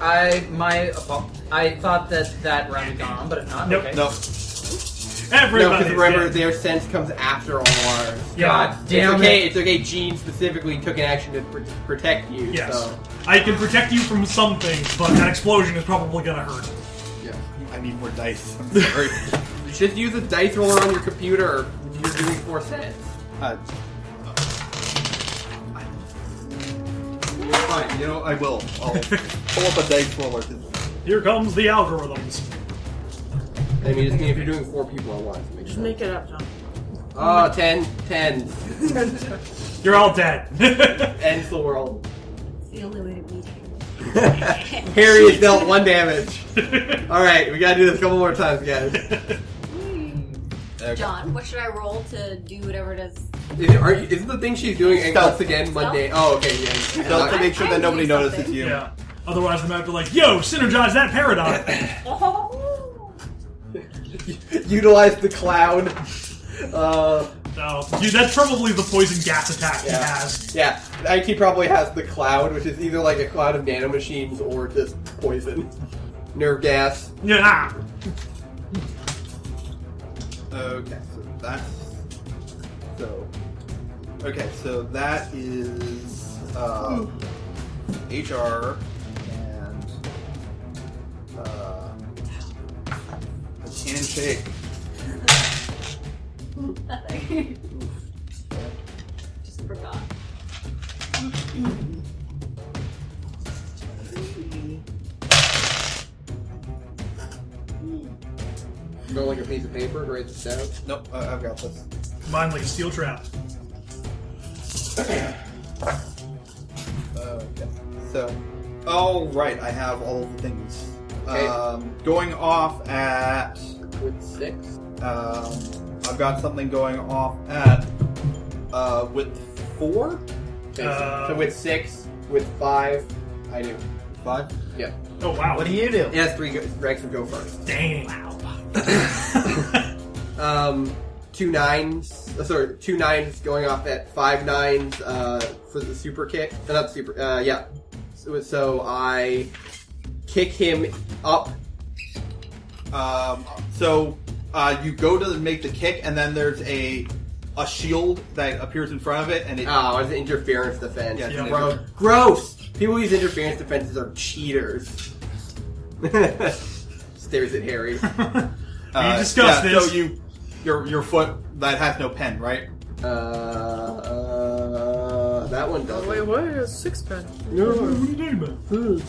Speaker 7: I my apo- I thought that that round had gone on, but if not,
Speaker 3: Nope.
Speaker 7: okay.
Speaker 1: No.
Speaker 2: No,
Speaker 3: Everybody.
Speaker 2: because remember, their sense comes after all ours.
Speaker 3: Yeah.
Speaker 7: God
Speaker 2: it's
Speaker 7: damn
Speaker 2: okay.
Speaker 7: it.
Speaker 2: It's okay. Gene specifically took an action to pr- protect you.
Speaker 3: Yes.
Speaker 2: So.
Speaker 3: I can protect you from some things, but that explosion is probably gonna hurt.
Speaker 1: Yeah, I need more dice. I'm sorry.
Speaker 2: You should use a dice roller on your computer if you're doing four sets.
Speaker 1: uh, fine, you know, I will. I'll pull up a dice roller.
Speaker 3: Here comes the algorithms.
Speaker 2: I mean, I mean, if you're doing four people at once, make
Speaker 6: Just
Speaker 2: sure.
Speaker 6: make it up, John.
Speaker 2: Oh, ten, ten.
Speaker 3: You're all dead.
Speaker 2: Ends the world.
Speaker 5: It's the only way to beat it.
Speaker 2: Harry is dealt one damage. All right, we gotta do this a couple more times, guys.
Speaker 5: John, what should I roll to do whatever it is?
Speaker 2: Is, are you, is the thing she's doing and
Speaker 1: Stealth.
Speaker 2: once again Monday? Oh, okay, yeah.
Speaker 1: So to make sure
Speaker 5: I
Speaker 1: that nobody
Speaker 5: need
Speaker 1: notices
Speaker 5: something.
Speaker 1: you.
Speaker 3: yeah. Otherwise, we're gonna have to like, yo, synergize that paradigm.
Speaker 5: Oh,
Speaker 2: Utilize the cloud. Uh,
Speaker 3: No, dude, that's probably the poison gas attack he
Speaker 2: Yeah.
Speaker 3: has.
Speaker 2: yeah, IT probably has the cloud, which is either like a cloud of nanomachines or just poison, nerve gas.
Speaker 3: Yeah. ah,
Speaker 1: Okay, so that's so. Okay, so that is. Uh, HR and uh, handshake.
Speaker 5: Just forgot.
Speaker 2: Rolling a piece of paper to write this down.
Speaker 1: Nope, uh, I've got this.
Speaker 3: Mine like a steel trap.
Speaker 1: Uh, yeah. So, all right, I have all of the things.
Speaker 2: Okay.
Speaker 1: Um, going off at,
Speaker 2: With six.
Speaker 1: um, I've got something going off at uh, with four,
Speaker 2: Okay,
Speaker 3: Uh,
Speaker 2: so with six, with five, I do.
Speaker 1: five.
Speaker 2: Yeah.
Speaker 3: Oh wow!
Speaker 7: What do you do?
Speaker 2: It has three go- ranks would go first.
Speaker 3: Dang!
Speaker 2: Um, two nines. Uh, sorry, two nines going off at five nines uh, for the super kick. Uh, not super. Uh, yeah. So, so I kick him up.
Speaker 1: Um, so uh, you go to make the kick, and then there's a a shield that appears in front of it, and it
Speaker 3: Uh,
Speaker 2: Oh, it's an interference defense.
Speaker 1: Yeah,
Speaker 3: Yeah.
Speaker 2: Bro, gross. People who use interference defenses are cheaters. Stares at Harry.
Speaker 1: uh,
Speaker 3: discussed
Speaker 1: yeah,
Speaker 3: this.
Speaker 1: So you your your foot that has no pen, right?
Speaker 2: Uh, uh, that one doesn't.
Speaker 6: Wait, what? A six pen.
Speaker 2: No,
Speaker 3: Dang.
Speaker 2: the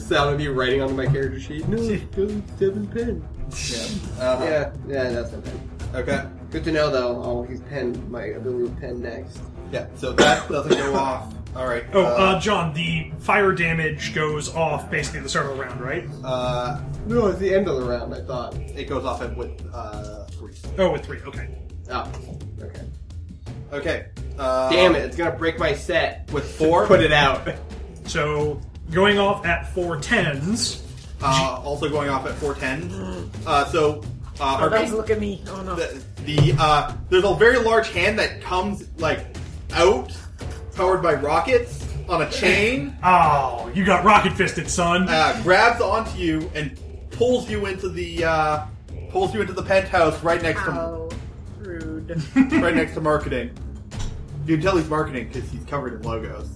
Speaker 2: sound of me writing on my character sheet. No, go seven pen.
Speaker 1: Yeah. Uh,
Speaker 2: Yeah, yeah, that's not bad.
Speaker 1: Okay.
Speaker 2: Good to know though. I'll use pen, my ability with pen next.
Speaker 1: Yeah. So that doesn't go off. All right.
Speaker 3: oh, uh, John, the fire damage goes off basically at the start of the round, right?
Speaker 1: uh,
Speaker 2: No, it's the end of the round. I thought.
Speaker 1: it goes off at with uh, three.
Speaker 3: Oh, with three. Okay.
Speaker 2: Oh, okay.
Speaker 1: Okay. Uh,
Speaker 2: Damn it! It's gonna break my set.
Speaker 1: With four.
Speaker 2: Put it out.
Speaker 3: So going off at four tens.
Speaker 1: Uh, also going off at four ten. Uh, so uh,
Speaker 6: Oh,
Speaker 1: our
Speaker 6: guys, look Mm. at me. Oh no.
Speaker 1: the, the uh, there's a very large hand that comes like out, powered by rockets on a chain,
Speaker 3: Oh, you got rocket fisted, son.
Speaker 1: uh, grabs onto you and pulls you into the uh, pulls you into the penthouse right next
Speaker 6: How rude.
Speaker 1: to right next to marketing. You can tell he's marketing because he's covered in logos.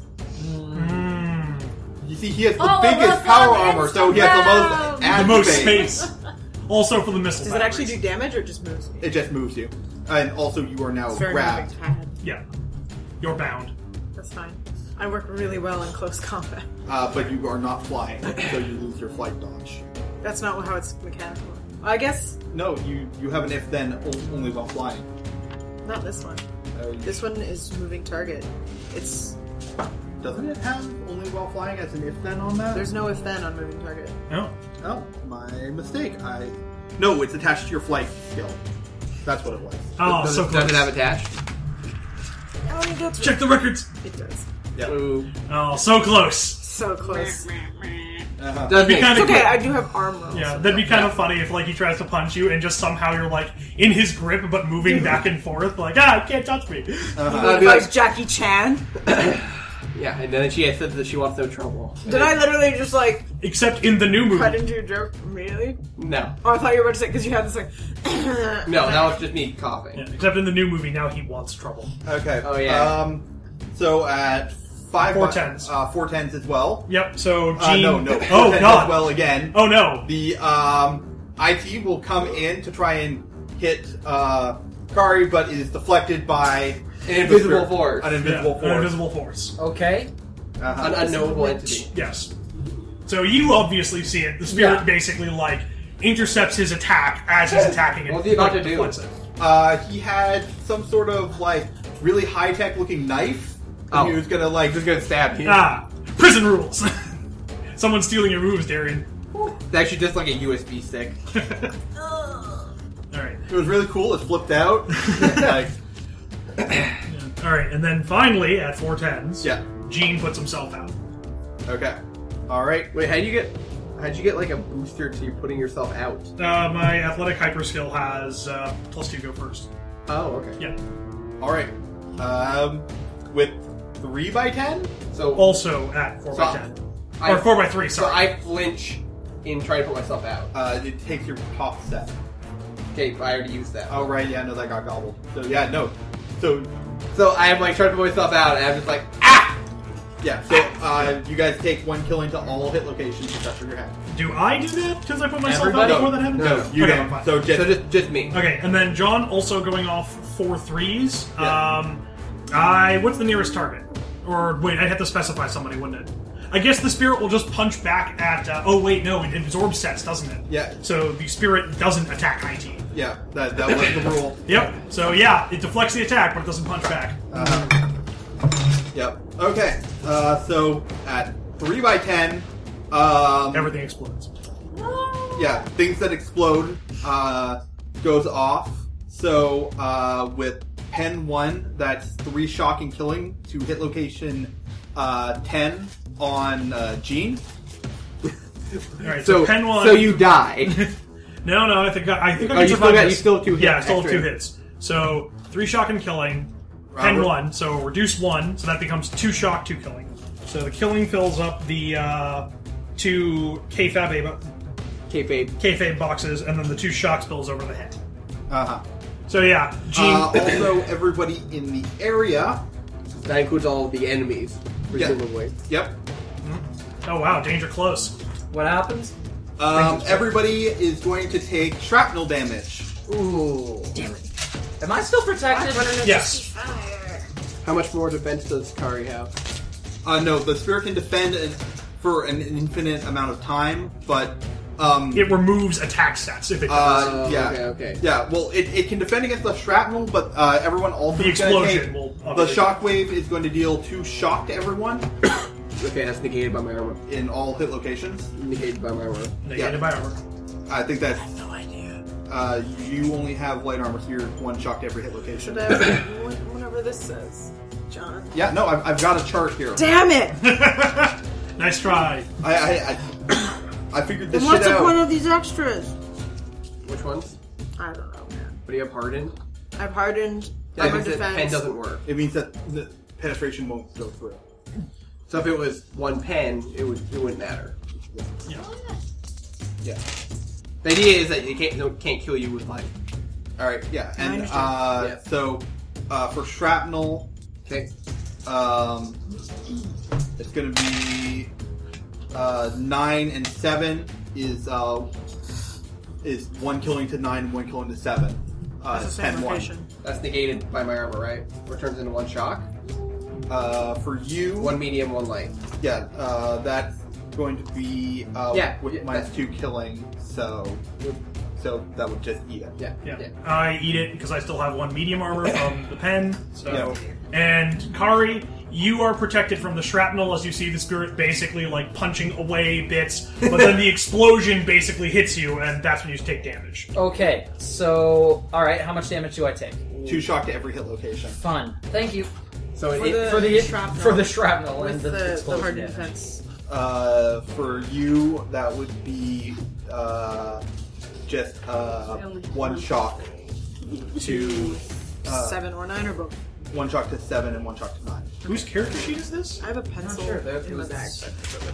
Speaker 3: Mm,
Speaker 1: You see, he has the
Speaker 5: Oh, I
Speaker 1: biggest
Speaker 5: love
Speaker 1: power
Speaker 5: logos
Speaker 1: armor, so he has the most
Speaker 5: around.
Speaker 1: ad
Speaker 3: the most
Speaker 1: space.
Speaker 3: space. Also for the missile.
Speaker 6: Does it actually do
Speaker 3: batteries.
Speaker 6: damage or it just moves me?
Speaker 1: It just moves you, and also you are now
Speaker 6: It's very not
Speaker 1: grabbed.
Speaker 6: a big pad.
Speaker 3: Yeah. You're bound.
Speaker 6: That's fine. I work really well in close combat.
Speaker 1: uh, but you are not flying, so you lose your flight dodge.
Speaker 6: That's not how it's mechanical. I guess
Speaker 1: No, you you have an if then o- only while flying.
Speaker 6: not this one.
Speaker 1: Uh,
Speaker 6: This one is moving target. It's
Speaker 1: doesn't it have only while flying as an if then on that?
Speaker 6: there's no if then on moving target.
Speaker 3: No.
Speaker 1: oh my mistake. I no, it's attached to your flight skill. That's what it was.
Speaker 3: Oh,
Speaker 2: does,
Speaker 3: so
Speaker 2: it,
Speaker 3: close.
Speaker 2: does it have attached?
Speaker 6: I don't even go to
Speaker 3: Check the records.
Speaker 6: It does.
Speaker 2: Ooh.
Speaker 3: Oh, so close.
Speaker 6: So close.
Speaker 1: Uh-huh.
Speaker 2: Does
Speaker 3: Be
Speaker 2: it?
Speaker 3: kind
Speaker 6: It's
Speaker 3: of
Speaker 6: okay. I do have arm rolls.
Speaker 3: Yeah, that'd be kind of funny if like he tries to punch you and just somehow you're like in his grip but moving back and forth, like ah, can't touch me.
Speaker 1: uh-huh.
Speaker 2: I'd
Speaker 6: If
Speaker 2: be
Speaker 6: I
Speaker 2: like,
Speaker 6: was Jackie Chan,
Speaker 2: yeah, and then she said that she wants no trouble.
Speaker 6: did I literally just like
Speaker 3: Except in the new
Speaker 6: cut
Speaker 3: movie,
Speaker 6: into your joke immediately?
Speaker 2: No,
Speaker 6: Oh, I thought you were about to say because you had this like.
Speaker 2: no, that was just me coughing.
Speaker 3: Yeah, except in the new movie, now he wants trouble.
Speaker 1: Okay.
Speaker 2: Oh, yeah.
Speaker 1: Um, so at five
Speaker 3: Four tens.
Speaker 1: uh, four tens as well.
Speaker 3: Yep. So Gene.
Speaker 1: Uh, no, no. four
Speaker 3: Oh
Speaker 1: tens
Speaker 3: God.
Speaker 1: As well again.
Speaker 3: Oh no.
Speaker 1: The um, IT will come in to try and hit uh, Kari, but is deflected by
Speaker 2: An invisible
Speaker 1: Sure.
Speaker 2: force.
Speaker 1: An
Speaker 2: An,
Speaker 1: invisible
Speaker 3: Yeah,
Speaker 1: force.
Speaker 3: An invisible force.
Speaker 7: Okay.
Speaker 1: Uh-huh.
Speaker 2: unknowable entity.
Speaker 3: Yes. So you obviously see it. The spirit
Speaker 7: Yeah.
Speaker 3: basically like intercepts his attack as he's attacking it.
Speaker 2: What's he about to
Speaker 3: like,
Speaker 2: do?
Speaker 3: deflects it.
Speaker 1: Uh, he had some sort of like really high tech looking knife.
Speaker 2: Oh.
Speaker 1: And he was gonna like
Speaker 2: Just gonna stab you.
Speaker 3: Ah, prison rules. Someone's stealing your moves, Darian.
Speaker 2: It's actually just like a USB stick.
Speaker 3: All right.
Speaker 1: it was really cool. It flipped out. like
Speaker 3: All right, and then finally at four tens,
Speaker 1: yeah.
Speaker 3: Gene puts himself out.
Speaker 1: Okay. All right.
Speaker 2: Wait, how'd you get? How'd you get like a booster to you putting yourself out?
Speaker 3: Uh, my athletic hyper skill has uh, plus two go first.
Speaker 2: Oh, okay.
Speaker 3: Yeah.
Speaker 1: All right. Um, with three by ten.
Speaker 2: So,
Speaker 3: Also at four by
Speaker 2: So,
Speaker 3: ten
Speaker 2: I,
Speaker 3: or four by three.
Speaker 2: so
Speaker 3: Sorry.
Speaker 2: I flinch in trying to put myself out.
Speaker 1: Uh, it takes your top set.
Speaker 2: Okay, but I already used that.
Speaker 1: Oh right. Yeah. No, that got gobbled. So yeah. No. So
Speaker 2: So I'm like trying to put myself out, and I'm just like ah,
Speaker 1: Yeah, so uh, you guys take one killing to all hit locations except for your head.
Speaker 3: Do I do that because I put myself
Speaker 1: Everybody?
Speaker 3: out before that happened?
Speaker 2: No,
Speaker 1: No, you
Speaker 3: okay,
Speaker 1: don't.
Speaker 3: fine.
Speaker 1: So just,
Speaker 2: So just just me.
Speaker 3: Okay, and then John also going off four threes.
Speaker 1: Yeah.
Speaker 3: Um, I what's the nearest target? Or wait, I'd have to specify somebody, wouldn't it? I guess the spirit will just punch back at. Uh, oh wait, no, it absorbs sets, doesn't it?
Speaker 1: Yeah.
Speaker 3: So the spirit doesn't attack IT.
Speaker 1: yeah, that, that was the rule.
Speaker 3: Yep. So yeah, it deflects the attack, but it doesn't punch back.
Speaker 1: Uh, yep. Okay. Uh, so at three by ten, um,
Speaker 3: Everything explodes.
Speaker 5: Oh,
Speaker 1: yeah, things that explode uh, goes off. So uh, with pen one, that's three shock and killing to hit location uh, ten on uh, Gene.
Speaker 3: All right. So,
Speaker 2: So
Speaker 3: pen one.
Speaker 2: so you die.
Speaker 3: No, no. I think I, I think
Speaker 2: Oh,
Speaker 3: I can
Speaker 2: you still
Speaker 3: survive
Speaker 2: got-
Speaker 3: this.
Speaker 2: you still have two hits
Speaker 3: Yeah, I still have
Speaker 2: extra.
Speaker 3: two hits. So three shock and killing, pen
Speaker 1: Robert.
Speaker 3: one. So reduce one. So that becomes two shock, two killing. So the killing fills up the uh, two kfab A bo-
Speaker 2: Kayfabe.
Speaker 3: kfab boxes, and then the two shock spills over the hit.
Speaker 1: Uh-huh.
Speaker 3: So yeah, Gene.
Speaker 1: Uh,
Speaker 2: oh.
Speaker 1: also, everybody in the area.
Speaker 2: That includes all the enemies,
Speaker 1: Yeah.
Speaker 2: presumably.
Speaker 1: Yep.
Speaker 3: oh wow, danger close.
Speaker 7: What happens?
Speaker 1: Um, everybody is going to take shrapnel damage.
Speaker 7: Ooh. Damn it. Am I still protected?
Speaker 3: Yes.
Speaker 2: How much more defense does Kari have?
Speaker 1: Uh, no, the spirit can defend an, for an infinite amount of time, but um,
Speaker 3: It removes attack sets if it does.
Speaker 1: uh,
Speaker 2: Oh,
Speaker 1: yeah,
Speaker 2: okay, okay.
Speaker 1: yeah. Well, it, it can defend against the shrapnel, but uh, everyone also
Speaker 3: The
Speaker 1: is gonna
Speaker 3: explosion
Speaker 1: take-
Speaker 3: will
Speaker 1: the
Speaker 3: obviously-
Speaker 1: shockwave is going to deal two shock to everyone
Speaker 2: Okay, that's negated by my armor.
Speaker 1: in all hit locations.
Speaker 2: Negated by my armor.
Speaker 1: yeah.
Speaker 3: Negated by armor.
Speaker 1: I think that's. I have no idea. Uh, you only have light armor, so you're one shock to every hit location.
Speaker 6: Whatever whatever this says, John.
Speaker 1: Yeah, no, I've, I've got a chart here.
Speaker 6: Damn it!
Speaker 3: nice try.
Speaker 1: I I, I, I figured this
Speaker 6: And
Speaker 1: shit
Speaker 6: what's the point
Speaker 1: out.
Speaker 6: of these extras?
Speaker 2: Which ones?
Speaker 6: I don't know, man.
Speaker 2: What do you have hardened?
Speaker 6: I've hardened.
Speaker 2: Yeah,
Speaker 6: I'm
Speaker 2: it
Speaker 6: on
Speaker 2: means that pen
Speaker 6: defense.
Speaker 2: doesn't work.
Speaker 1: It means that the penetration won't go through.
Speaker 2: So if it was one pen, it would it wouldn't matter.
Speaker 1: Yeah.
Speaker 2: The idea is that you can't no, can't kill you with light.
Speaker 1: All right. Yeah. And
Speaker 6: understand.
Speaker 1: uh,
Speaker 2: Yeah.
Speaker 1: so uh, for shrapnel,
Speaker 2: Okay.
Speaker 1: um, it's going to be uh, nine and seven is uh, is one killing to nine, one killing to seven. Uh,
Speaker 6: That's the
Speaker 1: pen
Speaker 6: same location.
Speaker 2: That's negated by my armor, right? Or turns into one shock.
Speaker 1: One. Uh, for you,
Speaker 2: One medium, one light.
Speaker 1: yeah, uh, that's going to be uh,
Speaker 2: Yeah,
Speaker 1: with
Speaker 2: yeah,
Speaker 1: minus
Speaker 2: that-
Speaker 1: two killing. So, so that would just eat it.
Speaker 2: Yeah.
Speaker 3: Yeah. I eat it because I still have one medium armor from the pen. So,
Speaker 1: Yeah.
Speaker 3: and Kari, you are protected from the shrapnel as you see the spirit basically like punching away bits, but then the explosion basically hits you, and that's when you take damage.
Speaker 7: Okay, so all right, how much damage do I take?
Speaker 1: Two shock to every hit location.
Speaker 7: Fun. Thank you
Speaker 2: So
Speaker 6: For
Speaker 2: it,
Speaker 6: the-
Speaker 7: for the
Speaker 6: shrapnel.
Speaker 7: for the shrapnel and
Speaker 6: With
Speaker 7: the,
Speaker 6: the, the
Speaker 7: explosion
Speaker 6: hardened
Speaker 7: damage.
Speaker 6: defense.
Speaker 1: Uh, for you, that would be uh, just uh, one shock to uh,
Speaker 6: seven or nine or both.
Speaker 1: one shock to seven and one shock to nine.
Speaker 3: Whose character sheet is this?
Speaker 6: I have a pencil
Speaker 7: sure, that
Speaker 6: in my
Speaker 7: was-
Speaker 6: bag. so I put it over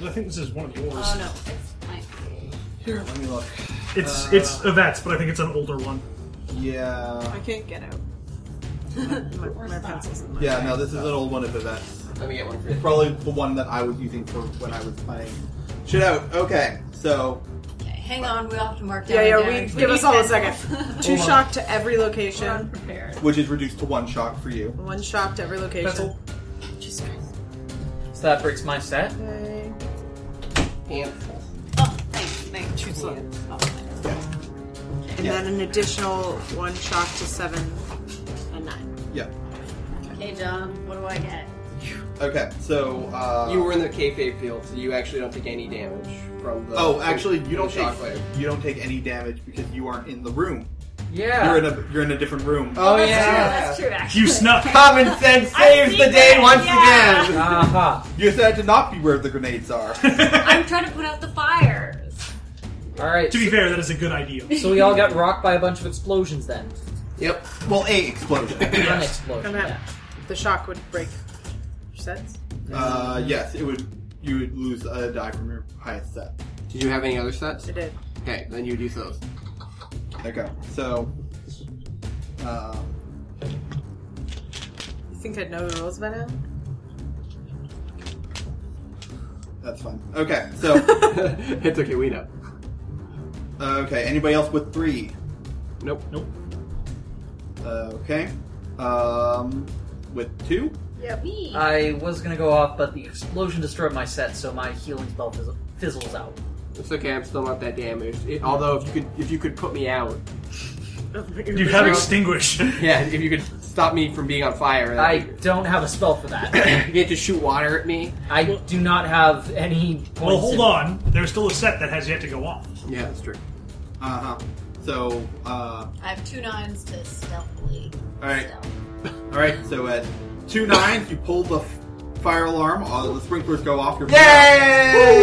Speaker 6: there.
Speaker 3: I think this is one of yours.
Speaker 5: Oh no, it's mine.
Speaker 1: Here, let me look.
Speaker 3: It's
Speaker 1: Uh,
Speaker 3: it's Yvette's, but I think it's an older one.
Speaker 1: Yeah,
Speaker 6: I can't get out. my, my pencil's in my
Speaker 1: yeah.
Speaker 6: bag.
Speaker 1: No, this is an old one of Yvette's.
Speaker 2: let me get one for
Speaker 1: It's
Speaker 2: you.
Speaker 1: probably the one that I was using for when I was playing. Shit out. Okay, so
Speaker 5: Okay, hang on, we'll have to mark down.
Speaker 6: Yeah, yeah,
Speaker 5: the
Speaker 6: we-
Speaker 5: damage.
Speaker 6: give us
Speaker 5: need
Speaker 6: all a
Speaker 5: pencils.
Speaker 6: Two shock to every location.
Speaker 5: Prepared.
Speaker 1: which is reduced to one shock for you.
Speaker 6: One shock to every location.
Speaker 3: Pencil.
Speaker 6: Jesus Christ.
Speaker 7: So that breaks my stat.
Speaker 6: Okay.
Speaker 2: Handful.
Speaker 5: Oh, thanks, thanks. Two slow. Oh, thanks.
Speaker 6: And
Speaker 1: Yeah.
Speaker 6: then an additional one shock to seven and nine.
Speaker 1: Yeah.
Speaker 5: Okay, John, what do I get?
Speaker 1: Okay, so uh,
Speaker 2: You were in the kayfabe field, so you actually don't take any damage from the.
Speaker 1: Oh, actually, you don't
Speaker 2: from
Speaker 1: take
Speaker 2: the shockwave.
Speaker 1: you don't take any damage because you aren't in the room.
Speaker 7: Yeah.
Speaker 1: You're in a you're in a different room.
Speaker 2: Oh,
Speaker 5: that's
Speaker 2: yeah.
Speaker 5: true. That's true. Actually,
Speaker 3: You snuck.
Speaker 2: Common sense
Speaker 5: I've seen that, yeah.
Speaker 7: Aha.
Speaker 1: You said to not be where the grenades are.
Speaker 5: I'm trying to put out the fires.
Speaker 7: All right.
Speaker 3: to be fair, that is a good idea.
Speaker 7: So we all got rocked by a bunch of explosions then.
Speaker 2: Yep.
Speaker 1: well, a explosion.
Speaker 7: An explosion.
Speaker 6: And that
Speaker 7: yeah.
Speaker 6: the shock would break sets.
Speaker 1: uh, yes, it would. You would lose a die from your highest set.
Speaker 2: Did you have any other sets?
Speaker 6: It did.
Speaker 2: Okay, then you use those.
Speaker 1: Okay, so. Uh,
Speaker 6: You think I'd know the rules by now?
Speaker 1: That's fine. Okay, so
Speaker 2: it's okay, we know.
Speaker 1: uh, okay. Anybody else with three? Uh,
Speaker 2: Nope.
Speaker 3: Nope.
Speaker 1: Okay. Um, with two.
Speaker 6: Yep.
Speaker 5: Me.
Speaker 7: I was gonna go off, but the explosion destroyed my set, so my healing spell fizzle- fizzles out.
Speaker 2: It's okay, I'm still not that damaged. It- although if you could if you could put me out.
Speaker 3: You have extinguish.
Speaker 2: Yeah, if you could stop me from being on fire.
Speaker 7: I
Speaker 2: that'd
Speaker 7: don't have a spell for
Speaker 2: be-
Speaker 7: that.
Speaker 2: you can't just shoot water at me.
Speaker 7: I do not have any. Points
Speaker 3: well, hold
Speaker 7: in-
Speaker 3: on. There's still a set that has yet to go off.
Speaker 2: Yeah, that's true.
Speaker 1: Uh huh. So, uh,
Speaker 5: I have two nines to stealthily.
Speaker 1: all right,
Speaker 5: stealth.
Speaker 1: all right. So at two nines, you pull the f- fire alarm. All the sprinklers go off. You're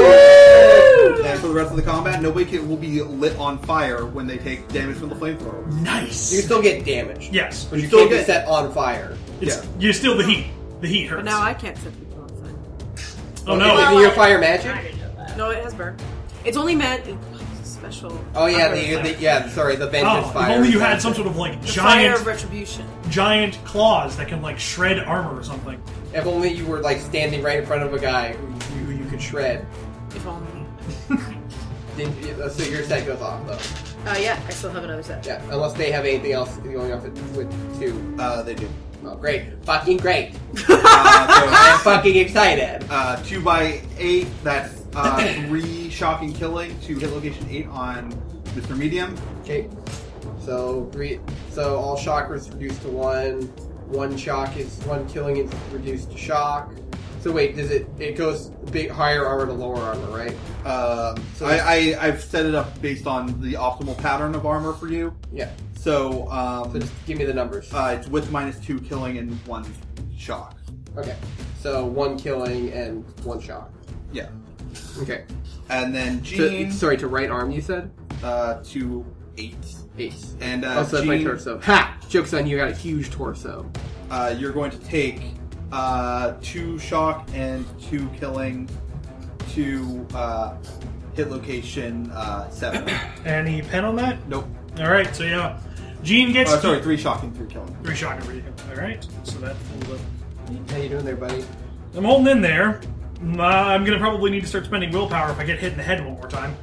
Speaker 1: And for the rest of the combat, nobody can, will be lit on fire when they take damage from the flamethrower.
Speaker 2: You
Speaker 3: Nice.
Speaker 2: can still get damaged.
Speaker 3: Yes.
Speaker 2: But
Speaker 1: You
Speaker 2: you
Speaker 1: still
Speaker 2: can't get
Speaker 1: get-
Speaker 2: set on fire.
Speaker 3: It's,
Speaker 1: Yeah.
Speaker 3: You still the heat. The heat hurts.
Speaker 6: But now I can't set people on fire.
Speaker 3: oh
Speaker 2: Is
Speaker 3: no.
Speaker 2: it your fire magic?
Speaker 6: No, it has burn. It's only meant it's a special.
Speaker 2: Oh yeah,
Speaker 6: fire-
Speaker 2: the, the, yeah. Sorry, the vengeance
Speaker 3: Oh, if
Speaker 2: fire.
Speaker 3: only you had some sort of like
Speaker 6: the fire
Speaker 3: giant,
Speaker 6: of retribution.
Speaker 3: giant claws that can like shred armor or something.
Speaker 2: If only you were like standing right in front of a guy who you, who you could shred.
Speaker 6: If only.
Speaker 2: Then, uh, so your set goes off though.
Speaker 6: Oh yeah, I still have another set.
Speaker 2: Yeah, unless they have anything else going off with with two.
Speaker 1: Uh, they do.
Speaker 2: Oh, great! Fucking great!
Speaker 1: Uh,
Speaker 2: I'm fucking excited.
Speaker 1: so, uh, two by eight. That's uh, three shocking killing to hit location eight on Mr. Medium.
Speaker 2: Okay, so re- so all shock is reduced to one. One shock is one killing is reduced to shock. So wait, does it? It goes big higher armor to lower armor, right?
Speaker 1: Um,
Speaker 2: So-
Speaker 1: I, I I've set it up based on the optimal pattern of armor for you.
Speaker 2: Yeah.
Speaker 1: So
Speaker 2: So
Speaker 1: um,
Speaker 2: just give me the numbers.
Speaker 1: uh, it's with minus two killing and one shock.
Speaker 2: Okay. So one killing and one shock.
Speaker 1: Yeah.
Speaker 2: Okay.
Speaker 1: And then
Speaker 2: To,
Speaker 1: Gene
Speaker 2: sorry, to right arm you said?
Speaker 1: uh, to eight.
Speaker 2: Eight.
Speaker 1: And uh,
Speaker 2: also that's Oh, my
Speaker 1: Gene,
Speaker 2: torso. Ha! Joke's on you, I got a huge torso.
Speaker 1: uh, you're going to take uh, two shock and two killing to uh, hit location uh, seven.
Speaker 3: Any pen on that?
Speaker 1: nope.
Speaker 3: All right. So yeah, Gene gets
Speaker 1: Oh, sorry, three shock and three killing.
Speaker 3: three shot over you. All right. So that pulls up.
Speaker 2: How you doing there, buddy?
Speaker 3: I'm holding in there. Mm, uh, I'm gonna probably need to start spending willpower if I get hit in the head one more time.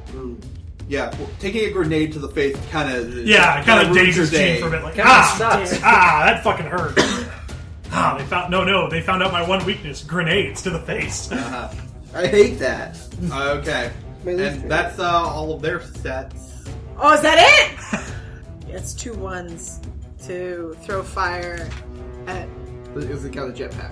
Speaker 1: Yeah, well, taking a grenade to the face uh, kind of
Speaker 3: Yeah, it kind of dazes Gene for a bit. Like, ah,
Speaker 7: sucks.
Speaker 3: ah, that fucking hurt. ah, they found no, no, they found out my one weakness: grenades to the face.
Speaker 1: Uh-huh.
Speaker 2: I hate that.
Speaker 1: Uh, Okay,
Speaker 2: My least favorite.
Speaker 1: and that's uh, all of their stats.
Speaker 6: Oh, is that it? it's two ones to throw fire at.
Speaker 2: It was the guy with the jetpack.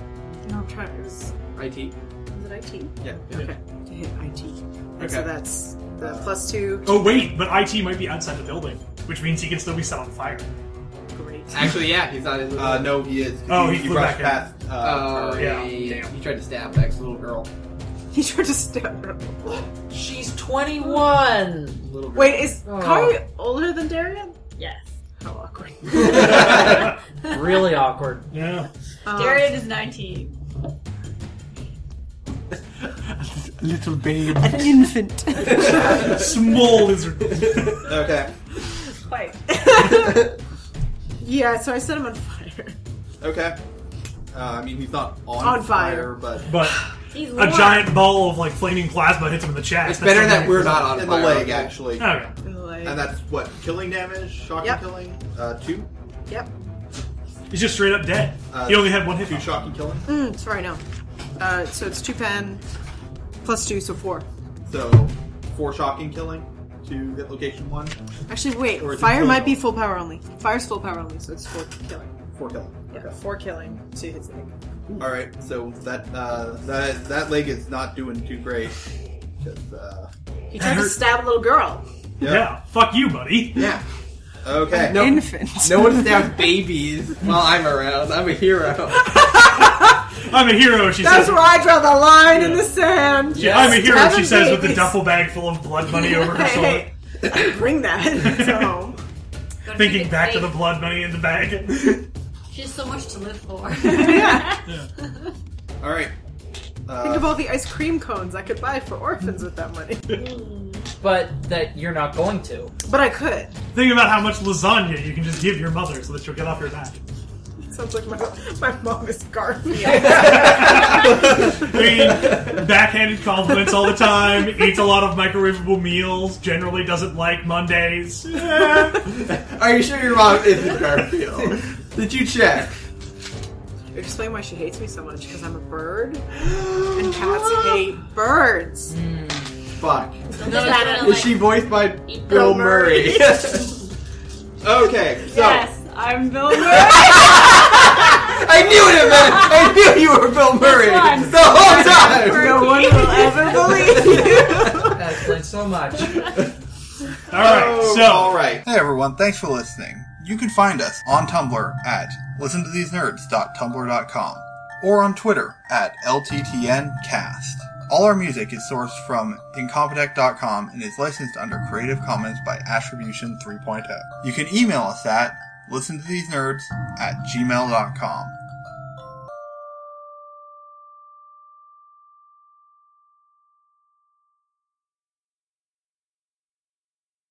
Speaker 6: No, I'm trying. It was,
Speaker 2: IT.
Speaker 6: was it IT?
Speaker 1: Yeah.
Speaker 6: Okay. To hit IT. And
Speaker 1: Okay. Uh,
Speaker 6: So that's the plus two.
Speaker 3: oh wait, but IT might be outside the building, which means he can still be set on fire.
Speaker 6: Great.
Speaker 2: Actually, yeah, he's not in the.
Speaker 1: Uh, no, he is. 'cause
Speaker 3: Oh,
Speaker 1: you-
Speaker 3: he
Speaker 1: you
Speaker 3: flew
Speaker 1: rushed
Speaker 3: back
Speaker 1: past. Uh,
Speaker 2: Uh,
Speaker 1: Tari.
Speaker 3: yeah,
Speaker 2: he,
Speaker 3: damn.
Speaker 2: he tried to stab that little girl.
Speaker 6: He tried to stab her.
Speaker 1: Oh,
Speaker 7: She's 21.
Speaker 2: Little girl.
Speaker 6: Wait, is
Speaker 7: Oh.
Speaker 6: Kari older than Darian?
Speaker 5: Yes.
Speaker 6: How awkward.
Speaker 7: really awkward.
Speaker 3: Yeah.
Speaker 6: Um,
Speaker 5: Darian is 19.
Speaker 2: little babe.
Speaker 6: an infant.
Speaker 3: Small lizard.
Speaker 1: Okay.
Speaker 5: Quite.
Speaker 6: yeah, so I set him on fire.
Speaker 1: Okay. Uh, I mean, he's not on,
Speaker 6: On fire.
Speaker 1: but
Speaker 3: But
Speaker 5: He's
Speaker 3: a
Speaker 5: warm.
Speaker 3: giant ball of like flaming plasma hits him in the chest.
Speaker 2: It's better that
Speaker 3: That's-
Speaker 2: we're not on
Speaker 1: in the
Speaker 2: fire.
Speaker 1: leg actually.
Speaker 3: Okay.
Speaker 6: Like,
Speaker 1: And that's what killing damage, shocking
Speaker 6: Yep.
Speaker 1: killing, uh, two,
Speaker 6: yep.
Speaker 3: He's just straight up dead.
Speaker 1: Uh,
Speaker 3: he only had one hit.
Speaker 1: two
Speaker 3: Two shot.
Speaker 1: shocking killing.
Speaker 6: Mm, it's right now. Uh, so it's two pen plus two, so four.
Speaker 1: So four shocking killing to get location one,
Speaker 6: Actually, wait.
Speaker 1: Or is it
Speaker 6: Fire
Speaker 1: full
Speaker 6: might
Speaker 1: power?
Speaker 6: be full power only. Fire's full power only, so it's four killing.
Speaker 1: four killing.
Speaker 6: Yeah,
Speaker 1: Okay.
Speaker 6: four killing. Two hits. I think.
Speaker 1: All right. So that uh, that that leg is not doing too great. 'Cause, uh,
Speaker 6: He tried to
Speaker 3: hurt.
Speaker 6: stab a little girl.
Speaker 1: yeah.
Speaker 3: Yeah. Fuck you, buddy.
Speaker 1: Yeah. Okay.
Speaker 2: No,
Speaker 6: Infant.
Speaker 2: no one stabs babies while I'm around. I'm a hero.
Speaker 3: I'm a hero. She
Speaker 6: That's
Speaker 3: says.
Speaker 6: where I draw the line in
Speaker 3: Yeah.
Speaker 6: the sand.
Speaker 3: Yeah, I'm a hero, she
Speaker 6: Having
Speaker 3: says, with the
Speaker 6: babies.
Speaker 3: duffel bag full of blood money over her shoulder.
Speaker 6: Hey, hey, bring that. So.
Speaker 5: Gotta keep
Speaker 3: Thinking
Speaker 5: it
Speaker 3: back to
Speaker 5: safe.
Speaker 3: the blood money in the bag.
Speaker 5: She has so much to live for.
Speaker 6: yeah.
Speaker 1: All right.
Speaker 6: Think of
Speaker 1: Uh,
Speaker 6: all the ice cream cones I could buy for orphans with that money.
Speaker 7: But that you're not going to.
Speaker 6: But I could.
Speaker 3: Think about how much lasagna you can just give your mother so that she'll get off your back.
Speaker 6: It's Sounds like my, my mom is Garfield.
Speaker 3: I mean, backhanded compliments all the time. Eats a lot of microwavable meals. Generally doesn't like Mondays.
Speaker 1: Are you sure your mom isn't Garfield? Did you check?
Speaker 6: Explain why she hates me so much because I'm a bird, and cats hate birds.
Speaker 1: Fuck.
Speaker 5: Don't they kinda
Speaker 6: Is
Speaker 5: like-
Speaker 1: Is she voiced by
Speaker 5: Bill
Speaker 1: Bill Murray? okay, so
Speaker 5: Yes, I'm Bill Murray.
Speaker 1: I knew it, man. I knew you were Bill Murray
Speaker 5: one.
Speaker 1: the whole time.
Speaker 6: No one will ever believe you.
Speaker 7: That explains so much.
Speaker 3: All right, so
Speaker 1: Oh, all right.
Speaker 8: Hey everyone, thanks for listening. You can find us on Tumblr at listentothesenerds.tumblr.com or on Twitter at LTTNcast. All our music is sourced from incompetech.com and is licensed under Creative Commons by Attribution oh. 3.0. You can email us at listentothesenerds at gmail.com.